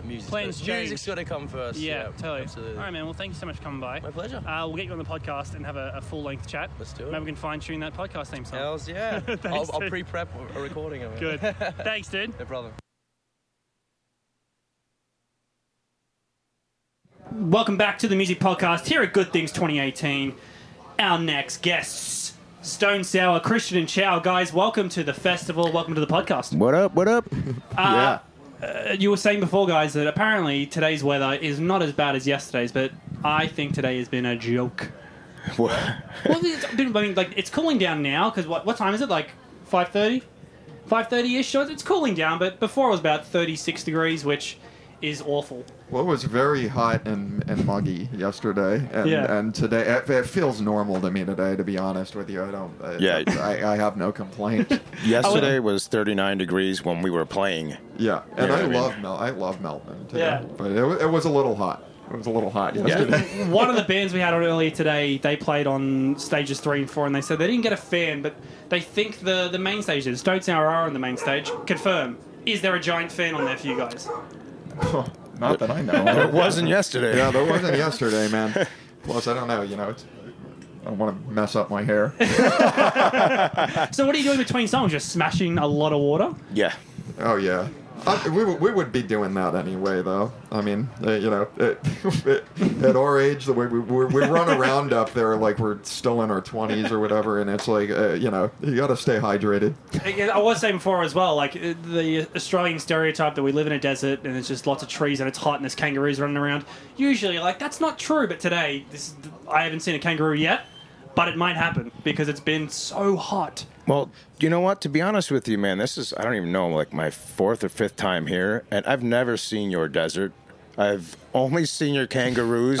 the music's Plans gotta- music's change. got to come first. Yeah, totally. Absolutely. All right, man. Well, thank you so much for coming by. My pleasure. Uh, we'll get you on the podcast and have a, a full length chat. Let's do it. Maybe we can fine tune that podcast theme song. Hells yeah. I'll, I'll dude. pre prep a recording of it. Good. Thanks, dude. no problem. Welcome back to the Music Podcast here at Good Things 2018. Our next guests, Stone Sour, Christian, and Chow. Guys, welcome to the festival. Welcome to the podcast. What up? What up? yeah. Uh, You were saying before, guys, that apparently today's weather is not as bad as yesterday's, but I think today has been a joke. Well, well, it's been, I mean, like it's cooling down now because what what time is it? Like five thirty, five thirty ish. So it's cooling down, but before it was about thirty six degrees, which is awful. Well, it was very hot and, and muggy yesterday, and, Yeah. and today it, it feels normal to me today. To be honest with you, I don't. I, Yeah. I, I have no complaint. Yesterday was 39 degrees when we were playing. yeah, and Yeah, I, I mean- love Mel. I love Melbourne. Today. Yeah. but it, wa- it was a little hot. It was a little hot yesterday. One of the bands we had on earlier today, they played on stages three and four, and they said they didn't get a fan, but they think the the main stage is. Don't Sour are on the main stage. Confirm. Is there a giant fan on there for you guys? Not that I know. It of. wasn't yesterday. yeah, there wasn't yesterday, man. Plus, I don't know. You know, it's. I don't want to mess up my hair. So what are you doing between songs? Just smashing a lot of water. Yeah. Oh yeah. I, we, would- we would be doing that anyway, though. I mean, uh, you know, at, at our age, the way we, we, we run around up there like we're still in our 20s or whatever, and it's like, uh, you know, you got to stay hydrated. I I was saying before as well, like uh, the Australian stereotype that we live in a desert and there's just lots of trees and it's hot and there's kangaroos running around. Usually, like that's not true, but today, this I haven't seen a kangaroo yet, but it might happen because it's been so hot. Well, you know what? To be honest with you, man, this is, I don't even know, like my fourth or fifth time here, and I've never seen your desert. I've only seen your kangaroos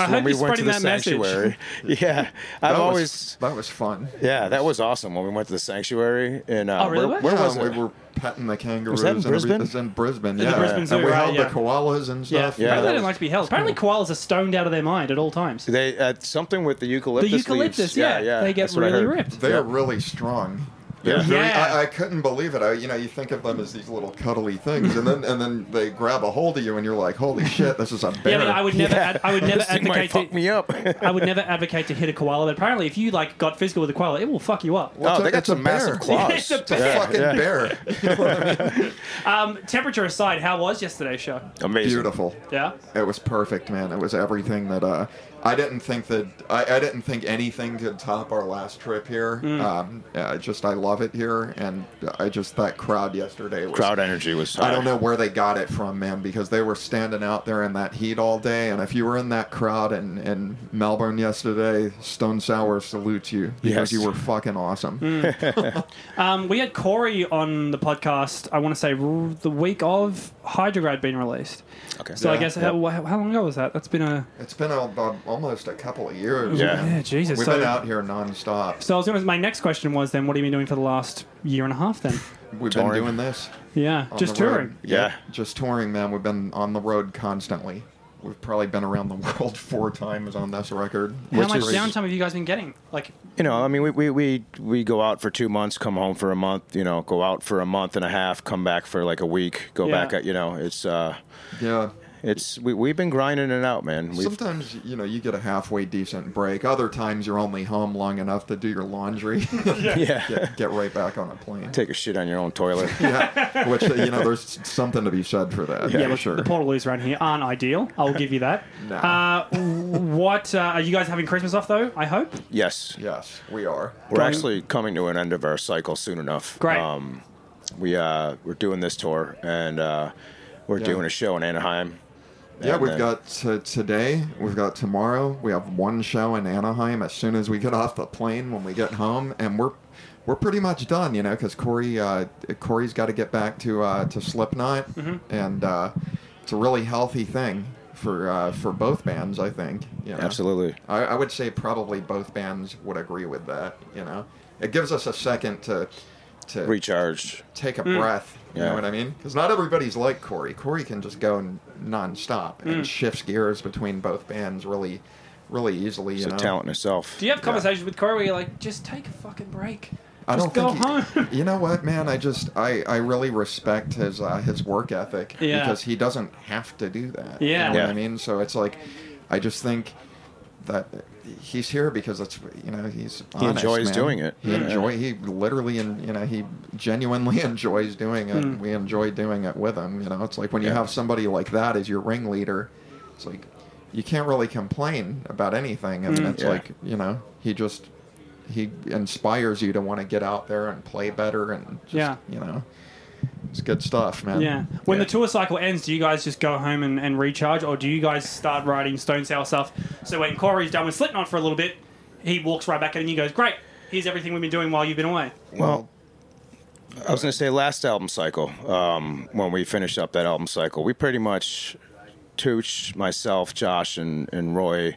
I when hope we you're went to the spreading that message. sanctuary. yeah. I've That was- always. that was fun. Yeah, that was awesome when we went to the sanctuary. And, uh, Oh, really? Where, where Yeah, was we it? were petting the kangaroos. in and every- Brisbane? It's in Brisbane, the yeah. Brisbane Zoo, and we right, held yeah. the koalas and Yeah, stuff. apparently Yeah, that they don't was- like to be held. Apparently, koalas are stoned out of their mind at all times. They uh, something with the eucalyptus. The eucalyptus, leaves. yeah, yeah, they get that's what I really heard. ripped. They are really strong. Yeah. They're- Yeah. I, I couldn't believe it. I, you know, you think of them as these little cuddly things, and then and then they grab a hold of you, and you're like, "Holy shit, this is a bear!" Yeah, I mean, I would never, ad- I would never This thing might advocate fuck to, me up. I would never advocate to hit a koala. But apparently, if you like got physical with a koala, it will fuck you up. Well, it's oh, a- they got it's a some massive bear. claws. It's a It's a fucking yeah. bear. Um, temperature aside, how was yesterday's show? Amazing. Beautiful. Yeah. It was perfect, man. It was everything that uh, I didn't think that I, I didn't think anything could top our last trip here. Mm. Um, yeah, I just I love it here, and I just that crowd yesterday was Crowd energy was. I don't know where they got it from, man, because they were standing out there in that heat all day. And if you were in that crowd in, in Melbourne yesterday, Stone Sour salutes you because Yes. you were fucking awesome. Hmm. Um, we had Corey on the podcast. I want to say r- the week of Hydrograde being released. Okay. So I Yeah. guess how, how how long ago was that? That's been a It's been a, about almost a couple of years. Yeah. man. yeah, Jesus. We've so, been out here nonstop. so I was going to. My next question was then, what have you been doing for the last year and a half? Then, We've Touring. been doing this. yeah, on just the road. touring. Yeah. Just touring, man. We've been on the road constantly. We've probably been around the world four times on this record. How Which much is- downtime have you guys been getting? Like, You know, I mean, we, we, we, we go out for two months, come home for a month. You know, go out for a month and a half, come back for like a week, go Yeah. back. at- You know, it's uh, Yeah. it's we we've been grinding it out, man. We've, Sometimes you know you get a halfway decent break. Other times you're only home long enough to do your laundry, yeah. get, get right back on a plane. Take a shit on your own toilet. Yeah, which you know there's something to be said for that. Uh, yeah, for look, sure. the portaloos around here aren't ideal. I'll give you that. No. Uh, what uh, are you guys having Christmas off though? I hope. yes. yes, we are. We're actually coming to an end of our cycle soon enough. Um, Great. we uh, we're doing this tour, and uh, we're Yeah. doing a show in Anaheim. Yeah, And we've then- got to today, we've got tomorrow. We have one show in Anaheim as soon as we get off the plane when we get home, and we're we're pretty much done, you know, because Corey uh, Corey's got to get back to uh, to Slipknot, and uh, it's a really healthy thing for uh, for both bands, I think. You know? Absolutely. I, I would say probably both bands would agree with that. You know, it gives us a second to to recharged. take a breath. You know Yeah. what I mean? Because not everybody's like Corey. Corey can just go n- nonstop and shifts gears between both bands really, really easily. You It's know? a talent in itself. Do you have conversations with Corey where you're like, just take a fucking break? I Just don't go think he- home. you know what, man? I just I, I really respect his uh, his work ethic Yeah. because he doesn't have to do that. Yeah. you know what Yeah. I mean. So it's like, I just think that he's here because it's you know he's He honest, enjoys man. doing it. He Yeah. enjoy he literally and you know he genuinely enjoys doing it. Hmm. We enjoy doing it with him. You know, it's like when you Yeah. have somebody like that as your ringleader, it's like you can't really complain about anything, and it's Hmm. Yeah. like you know he just he inspires you to want to get out there and play better and just, Yeah. you know it's good stuff man Yeah. When Yeah. the tour cycle ends, do you guys just go home and, and recharge, or do you guys start writing Stone Sour stuff? So when Corey's done with Slipknot for a little bit, he walks right back in and he goes, "Great, here's everything we've been doing while you've been away." Well, I was going to say last album cycle. Um, when we finished up that album cycle, we pretty much Tooch, myself, Josh, and, and Roy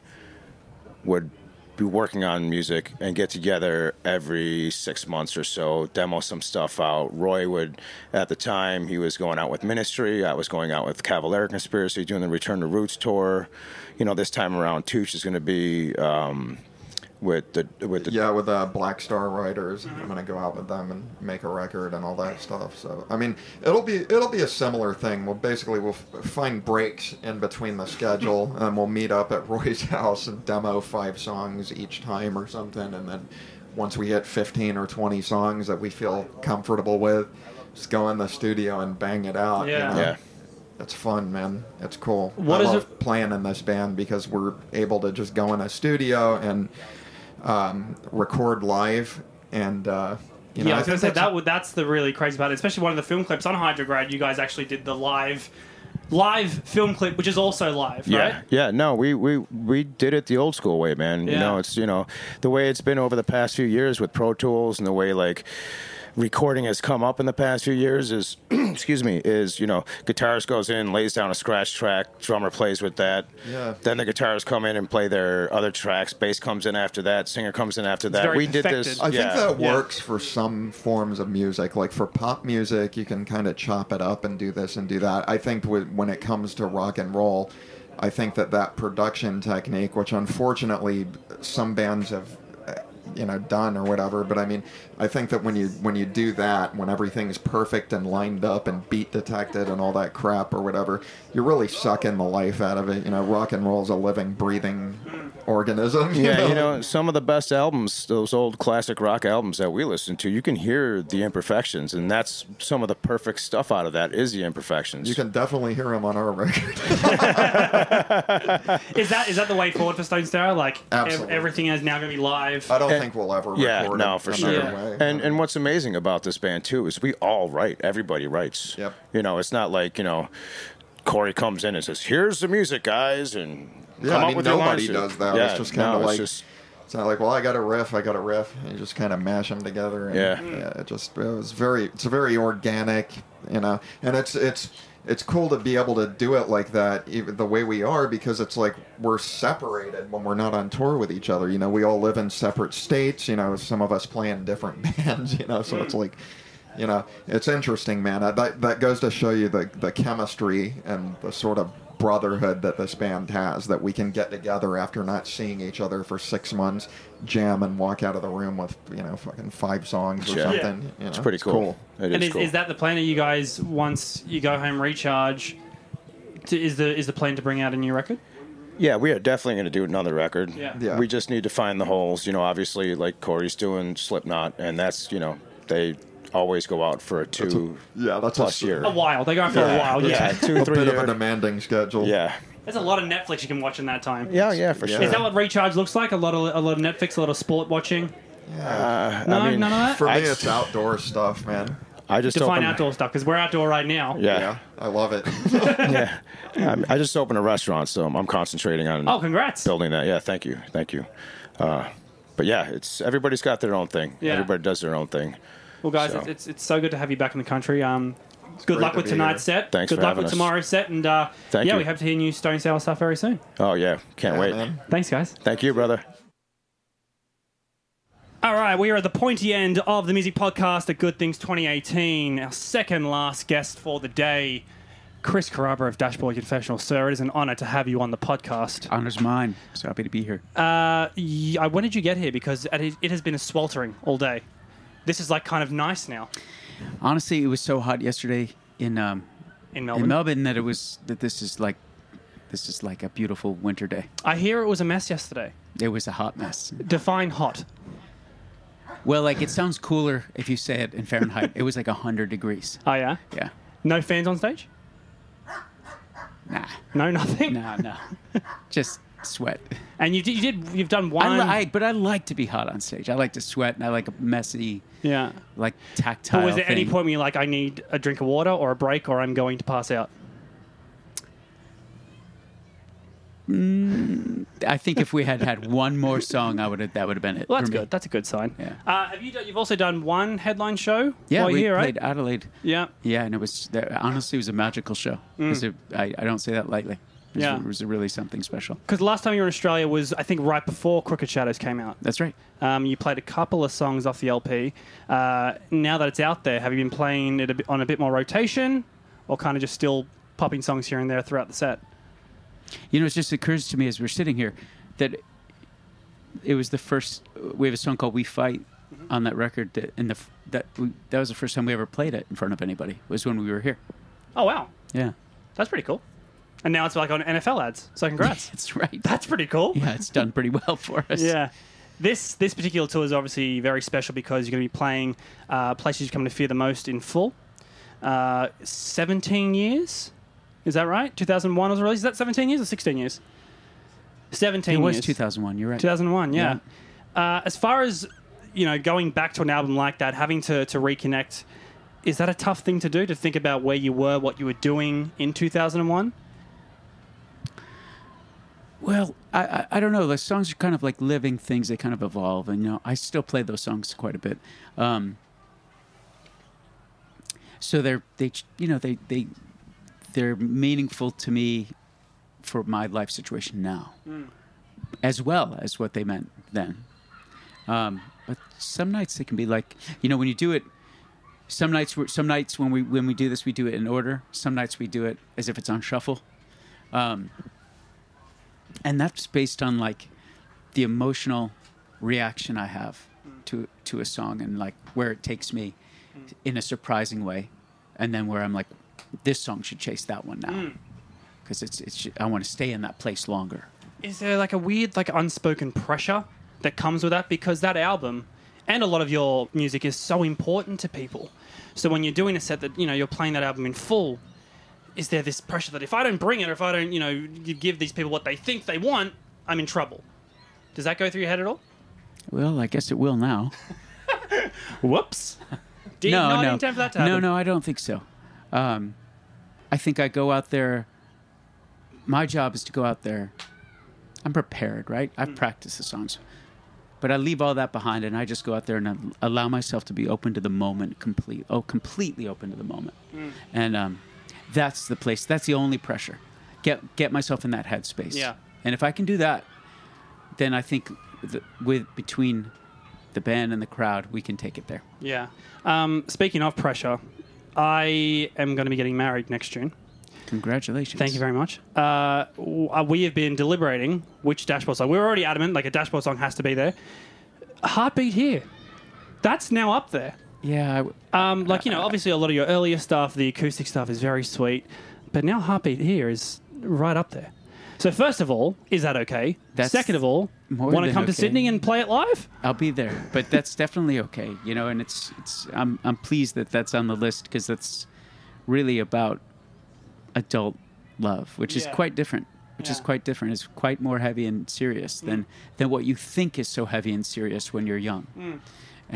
would be working on music and get together every six months or so, demo some stuff out. Roy would, at the time, he was going out with Ministry. I was going out with Cavalier Conspiracy, doing the Return to Roots tour. You know, this time around, Tooch is going to be um, with the with the yeah, with uh, Black Star Writers, I'm gonna go out with them and make a record and all that stuff. So I mean, it'll be it'll be a similar thing. We'll basically we'll f- find breaks in between the schedule, and we'll meet up at Roy's house and demo five songs each time or something, and then once we hit 15 or 20 songs that we feel comfortable with, just go in the studio and bang it out. you Yeah. know? yeah. It's fun, man. It's cool. What I is love it- playing in this band because we're able to just go in a studio and um, record live. And uh, you know, yeah, I was gonna think say that's- that. Would, that's the really crazy part, especially one of the film clips on Hydrograd. You guys actually did the live, live film clip, which is also live, Yeah, right? yeah. No, we, we we did it the old school way, man. You Yeah. know, it's you know the way it's been over the past few years with Pro Tools and the way like recording has come up in the past few years is excuse me is you know guitarist goes in lays down a scratch track drummer plays with that Yeah. then the guitarists come in and play their other tracks bass comes in after that singer comes in after that very we did this perfected. I yeah. think that Yeah. works for some forms of music. Like for pop music, you can kind of chop it up and do this and do that. I think with, when it comes to rock and roll, I think that that production technique, which unfortunately some bands have, uh, you know, done or whatever, but I mean, I think that when you when you do that, when everything's perfect and lined up and beat detected and all that crap or whatever, you're really sucking the life out of it. You know, rock and roll is a living, breathing organism. Yeah, you know, some of the best albums, those old classic rock albums that we listen to, you can hear the imperfections, and that's some of the perfect stuff out of that is the imperfections. You can definitely hear them on our record. Is that is that the way forward for Stone Star? Like ev- Absolutely. everything is now gonna be live. I don't And- think we'll ever record yeah, no, it for another sure. way. And and what's amazing about this band too is we all write. Everybody writes. Yep. You know, it's not like you know, Corey comes in and says, "Here's the music, guys," and yeah, come I up mean, with your nobody lines." does that. Yeah, it's just kind no, of it's like just- it's not like, well, I got a riff, I got a riff, and you just kind of mash them together. And, Yeah. it just it was very it's very organic, you know, and it's it's it's cool to be able to do it like that, even the way we are, because it's like we're separated when we're not on tour with each other. You know, we all live in separate states. You know, some of us play in different bands. You know, so Mm. it's like. You know, it's interesting, man. Uh, That that goes to show you the the chemistry and the sort of brotherhood that this band has. That we can get together after not seeing each other for six months, jam and walk out of the room with you know fucking five songs or Yeah. something. you know, it's pretty cool. It is and is, cool. is that the plan? Are you guys once you go home recharge? To, is the is the plan to bring out a new record? Yeah, we are definitely going to do another record. Yeah. Yeah. We just need to find the holes. You know, obviously, like Corey's doing Slipknot, and that's, you know, they always go out for a two Yeah, that's a plus s- year. A while they go out for a while. Yeah, Yeah, two, A three bit of a year. demanding schedule. Yeah. there's a lot of Netflix you can watch in that time. Yeah, yeah, for sure. Is that what recharge looks like? A lot of a lot of Netflix, a lot of sport watching. Uh, No, I mean, none of that. For me, I- it's outdoor stuff, man. I just Define opened, outdoor stuff because we're outdoor right now. Yeah. Yeah, I love it. Yeah. I'm- I just opened a restaurant, so I'm concentrating on Oh, congrats! building that. Yeah, thank you. Thank you. Uh, but yeah, it's everybody's got their own thing. Yeah. Everybody does their own thing. Well, guys, So. it's, it's it's so good to have you back in the country. Um, good great luck to with be tonight's here. set. Thanks Good for luck having with us. tomorrow tomorrow's set, and uh, Thank yeah, you. we hope to hear new Stone Sour stuff very soon. Oh, yeah. Can't wait. man. Thanks, guys. Thank you, brother. All right, we are at the pointy end of the music podcast at Good Things 2018. Our second last guest for the day, Chris Carrabba of Dashboard Confessional. Sir, it is an honor to have you on the podcast. Honor's mine. So happy to be here. Uh, y- uh, when did you get here? Because it is- it has been a sweltering all day. This is like kind of nice now Honestly, it was so hot yesterday in um, in in Melbourne. Melbourne that it was that this is like this is like a beautiful winter day. I hear it was a mess yesterday. It was a hot mess. Define hot. Well, like it sounds cooler if you say it in Fahrenheit. it was like hundred degrees. Oh yeah. Yeah. No fans on stage? Nah. No, nothing. Nah. No. Just sweat. And you did, you did you've done I, one. li- I but I like to be hot on stage. I like to sweat and I like a messy, yeah. like tactile. But was there any thing. point where you're like, I need a drink of water or a break, or I'm going to pass out? Mm, I think if we had had one more song, I would have. That would have been it. Well, that's for me. good. That's a good sign. Yeah. Uh, have you done, you've also done one headline show Yeah, while we you're here, played right? Adelaide. Yeah. Mm. Yeah, and it was that, honestly it was a magical show. It was a- I, I don't say that lightly. It was, Yeah. it was really something special. Because last time you were in Australia was, I think, right before Crooked Shadows came out. That's right. Um, you played a couple of songs off the LP. Uh, now that it's out there, have you been playing it a bit, on a bit more rotation, or kind of just still popping songs here and there throughout the set? You know, it just occurs to me as we're sitting here that it was the first. We have a song called "We Fight" Mm-hmm. on that record, that, and the f- that we, that was the first time we ever played it in front of anybody. Was when we were here. Oh wow, Yeah, that's pretty cool. And now it's like on NFL ads. So congrats. that's right. that's pretty cool. yeah, it's done pretty well for us. Yeah. This this particular tour is obviously very special because you're going to be playing uh, places you come to fear the most in full. Uh, 17 years, is that right? 2001 was released. Is that 17 years or 16 years? 17 it was years. 2001. You're right. 2001, yeah. Uh, as far as you know, going back to an album like that, having to to reconnect, is that a tough thing to do? To think about where you were, what you were doing in 2001. Well, I, I I don't know. The songs are kind of like living things; they kind of evolve, and you know, I still play those songs quite a bit. Um, so they're they ch- you know they they they're meaningful to me for my life situation now, as well as what they meant then. Um, but some nights they can be like you know when you do it. Some nights we're, some nights when we when we do this we do it in order. Some nights we do it as if it's on shuffle. Um, and that's based on like the emotional reaction I have to to a song and like where it takes me in a surprising way, and then where I'm like, this song should chase that one now because it's it's I want to stay in that place longer. is there like a weird like unspoken pressure that comes with that because that album and a lot of your music is so important to people so when you're doing a set that you know you're playing that album in full is there this pressure that if i don't bring it or if i don't you know you give these people what they think they want i'm in trouble does that go through your head at all Well, I guess it will now. whoops did no, not no. intend for that to No, happen no, I don't think so. Um, I think I go out there. My job is to go out there. I'm prepared, right? Mm. I've practiced the songs, but I leave all that behind and I just go out there and I allow myself to be open to the moment, complete, oh, completely open to the moment, Mm. and um, that's the place. That's the only pressure. Get get myself in that headspace. Yeah. And if I can do that, then I think the, with between the band and the crowd, we can take it there. yeah um, speaking of pressure i am going to be getting married next june Congratulations. Thank you very much. Uh, w- uh, we have been deliberating which dashboard song. We were already adamant, like a dashboard song has to be there. Heartbeat here. That's now up there. Yeah, I w- Um, like, you know, obviously a lot of your earlier stuff, the acoustic stuff is very sweet, but now Heartbeat here is right up there. So, first of all, is that okay? That's Second of all, more want to than come to okay. Sydney and play it live? I'll be there, but that's definitely okay, you know. And it's it's I'm I'm pleased that that's on the list because that's really about adult love, which is Yeah. quite different. Which is Yeah. Mm. quite different. It's quite more heavy and serious than than what you think is so heavy and serious when you're young. Mm.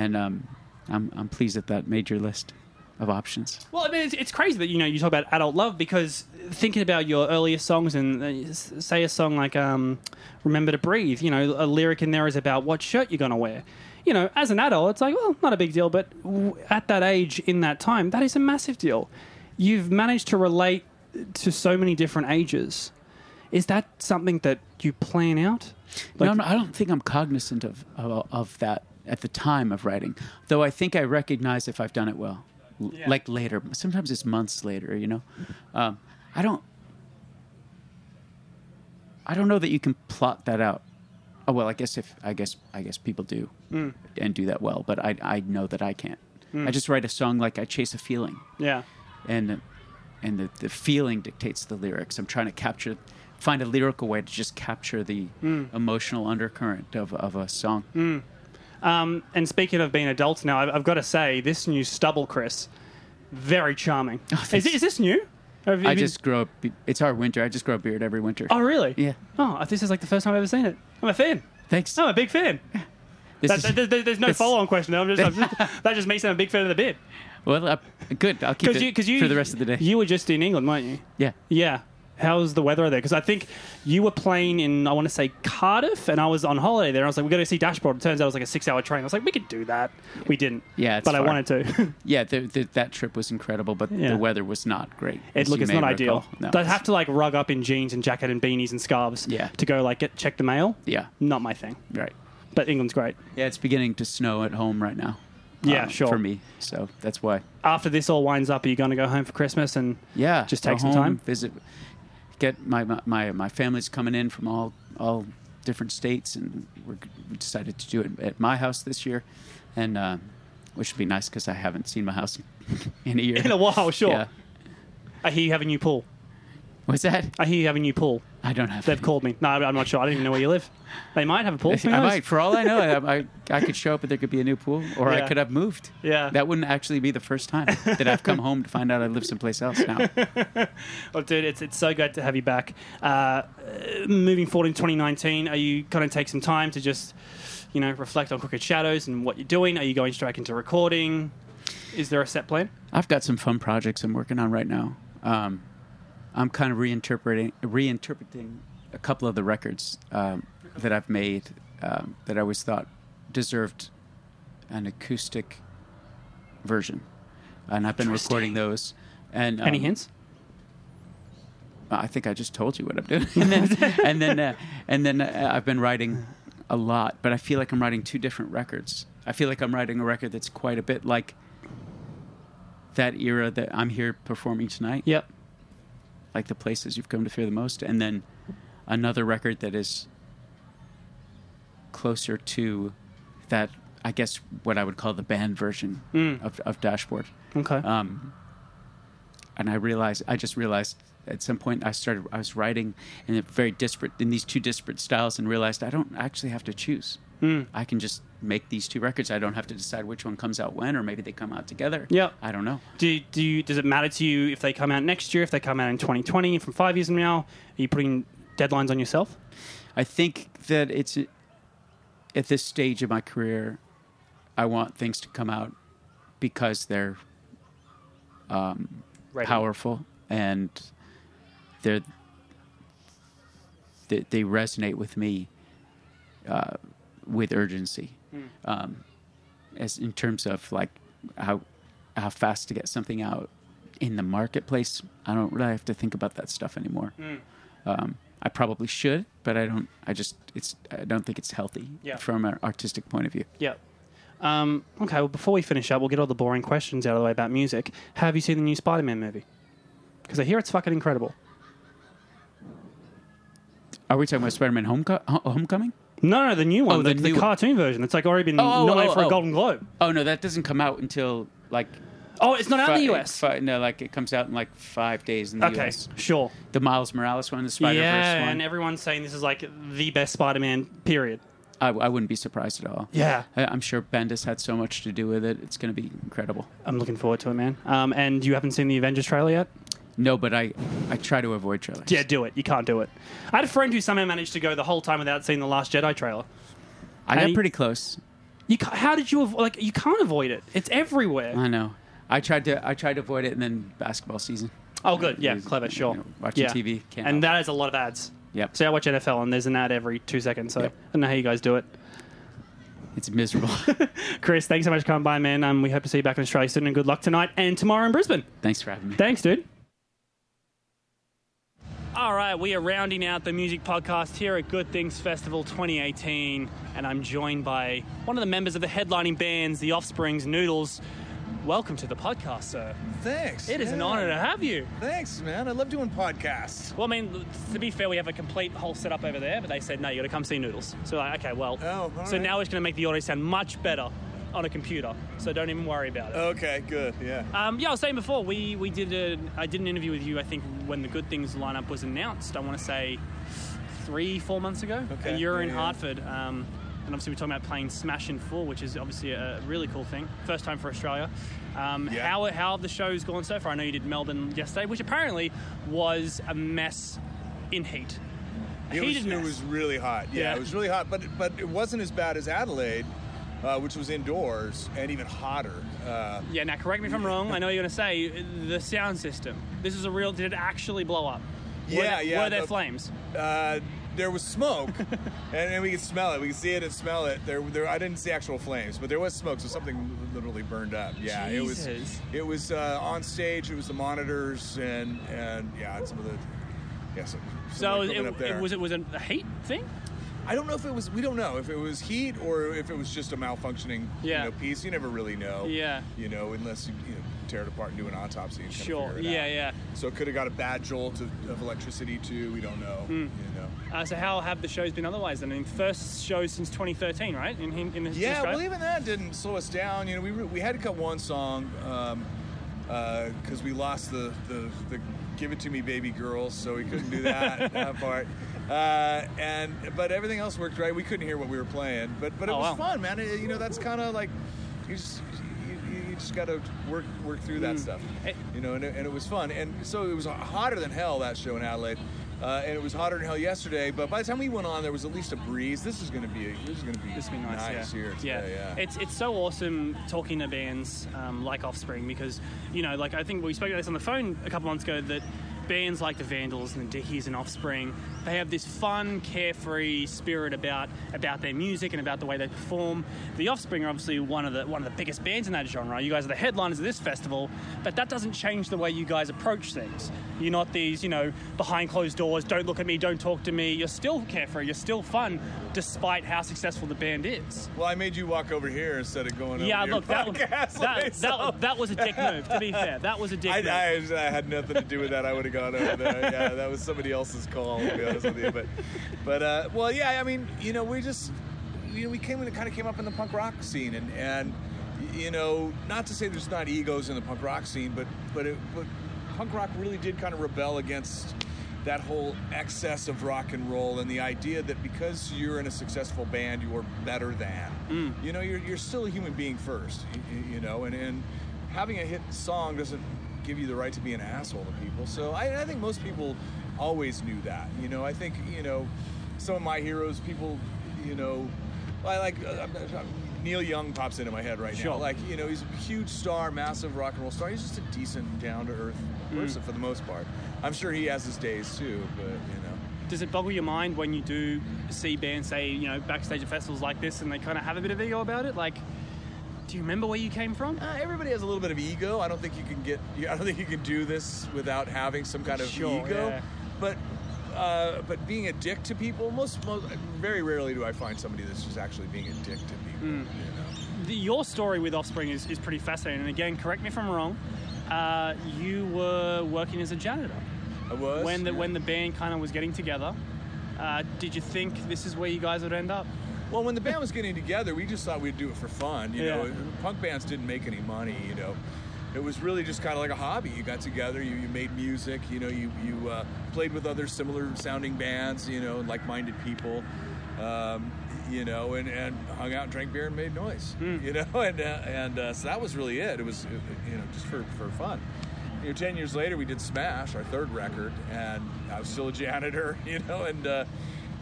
And um, I'm I'm pleased that that made your list of options. Well, I mean, it's, it's crazy that you know you talk about adult love because thinking about your earlier songs and uh, s- say a song like um, "Remember to Breathe," you know, a lyric in there is about what shirt you're gonna wear. You know, as an adult, it's like, well, not a big deal, but w- at that age, in that time, that is a massive deal. You've managed to relate to so many different ages. Is that something that you plan out? no, I'm- I don't think I'm cognizant of, of of that at the time of writing. Though I think I recognize if I've done it well, L- like later. Sometimes it's months later, you know. Um, I don't. I don't know that you can plot that out. Oh well, I guess if I guess I guess people do and do that well, but I I know that I can't. I just write a song like I chase a feeling Yeah. and and the, the feeling dictates the lyrics. I'm trying to capture, find a lyrical way to just capture the Mm. emotional undercurrent of, of a song. Um, and speaking of being adults now, I've, I've got to say this new stubble, Chris, very charming. is, Oh, thanks. is this new? Have you I been- just grow. a be- It's our winter. I just grow a beard every winter. Oh, really? Yeah. Oh, this is like the first time I've ever seen it. I'm a fan. Thanks. I'm a big fan. This That, is- that- there- there's no this- follow-on question. I'm just, I'm just, that just makes them a big fan of the bid. Well, uh, good. I'll keep Because it you, because you, for the rest of the day. you were just in England, weren't you? yeah. Yeah. How's the weather there? Because I think you were playing in I want to say Cardiff, and I was on holiday there. And I was like, we got to see Dashboard. It turns out it was like a six-hour train. I was like, we could do that. We didn't. Yeah, it's but I far. wanted to. Yeah, the, the, that trip was incredible, but Yeah. the weather was not great. It, as look, you it's may not ideal. recall. No, They'd it's- have to like rug up in jeans and jacket and beanies and scarves. Yeah. To go like get check the mail. Yeah, Not my thing. right. But England's great. Yeah, it's beginning to snow at home right now. Yeah, sure. Um, For me, so that's why. After this all winds up, are you going to go home for Christmas? And Yeah, Just go take some home, time? Visit. Get my, my my my family's coming in from all all different states, and we're, g- we decided to do it at my house this year, and uh, which would be nice because I haven't seen my house in a year. in a while, sure. Yeah. I hear you have a new pool. What's that? I hear you have a new pool. I don't have. They've called me. No, I'm I'm not sure. I don't even know where you live. They might have a pool. Who I knows? might, for all I know, I, I, I could show up and there could be a new pool, or Yeah. I could have moved. Yeah. That wouldn't actually be the first time that I've come home to find out I live someplace else now. Oh, dude, it's, it's so great to have you back. Uh, uh, moving forward in 2019, are you going to take some time to just, you know, reflect on Crooked Shadows and what you're doing? Are you going straight into recording? Is there a set plan? I've got some fun projects I'm working on right now. Um, I'm kind of reinterpreting reinterpreting a couple of the records um, that I've made um, that I always thought deserved an acoustic version, and I've been recording those. And um, Any hints? I think I just told you what I'm doing. and then, and then, uh, and then uh, I've been writing a lot, but I feel like I'm writing two different records. I feel like I'm writing a record that's quite a bit like that era that I'm here performing tonight. Yep. Like the places you've come to fear the most, and then another record that is closer to that. I guess what I would call the band version Mm. of, of Dashboard Okay. um, and I realized I just realized at some point I started I was writing in a very disparate in these two disparate styles and realized I don't actually have to choose. Mm. I can just make these two records. I don't have to decide which one comes out when, or maybe they come out together. Yep. I don't know. Do you, do you, does it matter to you if they come out next year, if they come out in 2020, from five years from now? Are you putting deadlines on yourself? I think that it's at this stage of my career, I want things to come out because they're um, Right. powerful and they're they, they resonate with me uh, with urgency um, as in terms of like how how fast to get something out in the marketplace i don't really have to think about that stuff anymore um, i probably should but i don't i just it's i don't think it's healthy Yeah. from an artistic point of view Yep. Um, okay, well, before we finish up, we'll get all the boring questions out of the way about music. Have you seen the new Spider Man movie? Because I hear it's fucking incredible. are we talking about spider-man Homeco- Ho- homecoming No, no, the new one, Oh, the, the the new one. cartoon version. It's Mm, like already been Oh, oh, nominated oh, for a oh. Golden Globe. oh no that doesn't come out until like Oh, it's not out in the Fi- US. fi- no, like it comes out in like five days in the okay, US. sure. The Miles Morales one, the Spider Verse Yeah, one. and everyone's saying this is like the best Spider Man, period. I, I wouldn't be surprised at all. Yeah. I, I'm sure Bendis had so much to do with it. It's going to be incredible. I'm looking forward to it, man. Um, and you haven't seen the Avengers trailer yet? No, but I, I try to avoid trailers. Yeah, do it. You can't do it. I had a friend who somehow managed to go the whole time without seeing the Last Jedi trailer. I got I- pretty close. You ca- how did you avo- like? You can't avoid it. It's everywhere. I know. I tried to I tried to avoid it, and then basketball season. Oh, good. Yeah, You- clever. you Sure. know, watching yeah. TV, can't and help. that is a lot of ads. Yep, So I watch NFL, and there's an ad every two seconds. So Yep. I don't know how you guys do it. it's miserable. Chris, thanks so much for coming by, man. Um, we hope to see you back in Australia soon, and good luck tonight and tomorrow in Brisbane. Thanks for having me. Thanks, dude. All right, we are rounding out the music podcast here at Good Things Festival 2018, and I'm joined by one of the members of the headlining bands, The Offspring's Noodles. Welcome to the podcast, sir. Thanks. It is an Yeah. honor to have you. Thanks, man. I love doing podcasts. Well, I mean, to be fair, we have a complete whole setup over there, but they said no, you got to come see Noodles. So we're like, okay, well, Oh, all so right. now it's going to make the audio sound much better on a computer. So don't even worry about it. Okay, good. Yeah. Um, yeah, I was saying before we we did a I did an interview with you. I think when the Good Things lineup was announced, I want to say three four months ago. Okay, And you were yeah, in yeah. Hartford, um, and obviously we're talking about playing Smash and Full, which is obviously a really cool thing. First time for Australia. Um, Yeah. How how have the shows gone so far? I know you did Melbourne yesterday, which apparently was a mess in heat. It was, Heated it mess. was really hot. Yeah, Yeah. it was really hot, but but it wasn't as bad as Adelaide, uh, which was indoors and even hotter. Uh, Yeah, now correct me if I'm wrong. I know you're going to say the sound system. This is a real. Did it actually blow up? Yeah, they- yeah. were there the- flames? Uh, there was smoke, and, and we could smell it. We could see it and smell it. There, there. I didn't see actual flames, but there was smoke, so something literally burned up. Yeah, it Jesus. was. It was uh, on stage. It was the monitors and and yeah, and some of the yeah. Some, some So it, equipment up there. it was it was it a heat thing? I don't know if it was. We don't know if it was heat or if it was just a malfunctioning Yeah. you know, piece. You never really know. Yeah. You know, unless you, you know, tear it apart and do an autopsy. And kinda Sure. figure it Yeah, out. yeah. So it could have got a bad jolt of, of electricity too. We don't know. Hmm. You know. Uh, so how have the shows been otherwise? Then, I mean, first show since 2013, right? In in, in Yeah, Australia? well, even that didn't slow us down. You know, we, re- we had to cut one song um, uh 'cause we lost the, the, the "Give It to Me, Baby Girl," so we couldn't do that, that part. Uh, and but everything else worked right. We couldn't hear what we were playing, but but it Oh, was wow. fun, man. It- you know, that's kind of like you just you, you just got to work work through Mm. that stuff. You know, and it, and it was fun, and so it was hotter than hell that show in Adelaide. Uh, and it was hotter than hell yesterday, but by the time we went on, there was at least a breeze. This is going to be this is going to be This would be nice. yeah. here today, yeah. It's it's so awesome talking to bands um, like Offspring because you know, like I think we spoke about this on the phone a couple months ago that bands like the Vandals and the Dickies and Offspring, they have this fun, carefree spirit about about their music and about the way they perform. The Offspring are obviously one of the one of the biggest bands in that genre. You guys are the headliners of this festival, but that doesn't change the way you guys approach things. You're not these, you know, behind closed doors, don't look at me, don't talk to me. You're still carefree, you're still fun despite how successful the band is. Well, I made you walk over here instead of going. Yeah, over look, your that, was- that, podcast, that, so- that, was a dick move, to be fair. That was a dick I, move. I, I had nothing to do with that. I would have gone over there. Yeah, that was somebody else's call. To be honest with you, but but uh, well, yeah. I mean, you know, we just you know we came in kind of came up in the punk rock scene, and and you know, not to say there's not egos in the punk rock scene, but but it, but punk rock really did kind of rebel against that whole excess of rock and roll and the idea that because you're in a successful band you're better than Mm. you know you're, you're still a human being first y- y- you, know and, and having a hit song doesn't give you the right to be an asshole to people so I, I think most people always knew that you know i think you know some of my heroes people you know i like uh, uh, neil young pops into my head right Sure. now like you know he's a huge star massive rock and roll star he's just a decent down-to-earth person for the most part i'm sure he has his days too but you know Does it boggle your mind when you do see bands, say, you know, backstage at festivals like this and they kind of have a bit of ego about it? Like, do you remember where you came from? Uh, everybody has a little bit of ego. I don't think you can get. you- I don't think you can do this without having some kind of Sure, ego. yeah. But uh, but being a dick to people, most most very rarely do I find somebody that's just actually being a dick to people. Hmm. You know. The, your story with Offspring is, is pretty fascinating. And again, correct me if I'm wrong, uh, you were working as a janitor. I was When the, when the band kind of was getting together, uh, did you think this is where you guys would end up? Well, when the band was getting together, we just thought we'd do it for fun. You Yeah. know, punk bands didn't make any money. You know, it was really just kind of like a hobby. You got together, you, you made music. You know, you you uh, played with other similar sounding bands. You know, like-minded people. Um, you know, and, and hung out, drank beer, and made noise. You know, and uh, and uh, so that was really it. It was uh, you know just for for fun. You know, ten years later, we did Smash, our third record, and I was still a janitor. You know, and. Uh,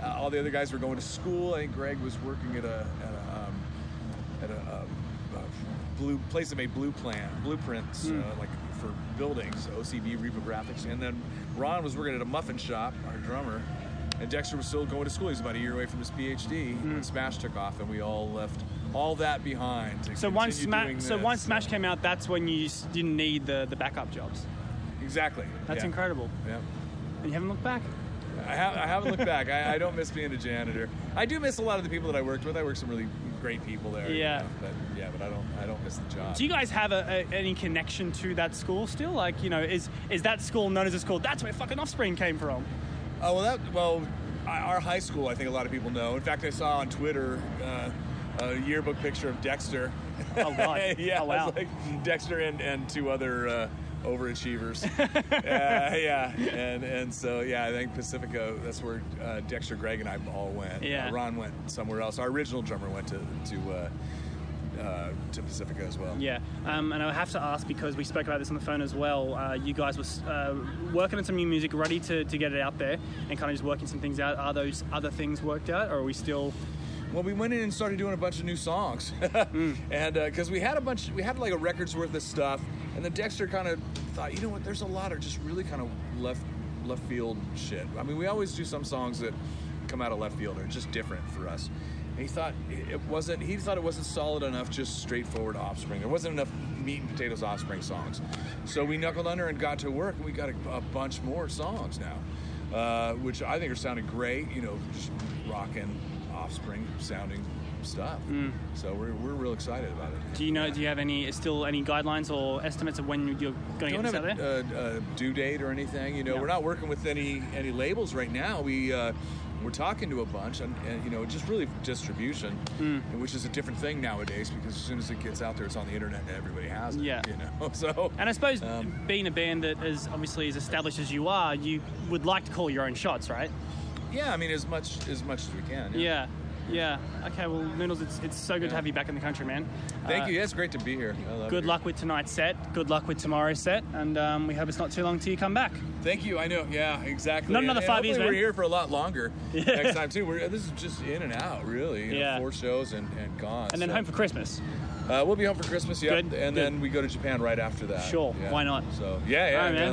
uh, all the other guys were going to school. I think Greg was working at a at a, um, at a, um, a blue place that made blue plan blueprints Hmm. uh, like for buildings, OCB reprographics, and then Ron was working at a muffin shop, our drummer. And Dexter was still going to school. He was about a year away from his PhD. Hmm. When Smash took off, and we all left all that behind. to So once, continue Sma- doing so this. once Smash came out, that's when you s- didn't need the, the backup jobs. exactly. That's Yeah. incredible. Yeah. And you haven't looked back. I, ha- I haven't looked back. I, I don't miss being a janitor. I do miss a lot of the people that I worked with. I worked some really great people there. you Yeah. know, but yeah, but I don't. I don't miss the job. Do you guys have a, a, any connection to that school still? Like, you know, is is that school known as a school? That's where fucking Offspring came from. Oh well, that well, I- our high school. I think a lot of people know. In fact, I saw on Twitter uh, a yearbook picture of Dexter. Oh god. yeah, Oh wow. it's like Dexter and, and two other uh, overachievers. uh, yeah, and and so yeah, I think Pacifica. That's where uh, Dexter, Greg, and I all went. Yeah. Uh, Ron went somewhere else. Our original drummer went to to uh, uh, to Pacifica as well. yeah, um, and I have to ask because we spoke about this on the phone as well. Uh, you guys were uh, working on some new music, ready to, to get it out there, and kind of just working some things out. Are those other things worked out, or are we still? Well, we went in and started doing a bunch of new songs, and because we had a bunch, we had like a record's worth of stuff, and then Dexter kind of thought, you know what? There's a lot of just really kind of left left field shit. I mean, we always do some songs that come out of left field or just different for us. And he thought it wasn't. He thought it wasn't solid enough. Just straightforward offspring. There wasn't enough meat and potatoes offspring songs. So we knuckled under and got to work, and we got a, a bunch more songs now, uh, which I think are sounding great. You know, just rocking offspring sounding stuff. Mm. So we're, we're real excited about it. Do you know? Do you have any still any guidelines or estimates of when you're going to get don't this have out there? a, a, a due date or anything. You know, we're not working with any any labels right now. We uh, we're talking to a bunch, and, and you know, just really distribution, Mm. and which is a different thing nowadays because as soon as it gets out there, it's on the internet and everybody has it. Yeah. you know, so um, And I suppose being a band that is obviously as established as you are, you would like to call your own shots, right? yeah, I mean, as much as much as we can. Yeah. Yeah. Okay. Well, Noodles, it's, it's so good to Yeah. have you back in the country, man. Thank Uh, you. Yeah, it's great to be here. I love Good it. luck with tonight's set. Good luck with tomorrow's set, and um, we hope it's not too long till you come back. Thank you. I know. Yeah, exactly. Not another And five years, hopefully man. We're here for a lot longer next time too. We're, this is just in and out, really. you know, Yeah. four shows and, and gone. And then so. home for Christmas. Uh, we'll be home for Christmas, yeah. Good, good. And then we go to Japan right after that. Sure, Yeah. why not? So yeah, yeah. All right, man.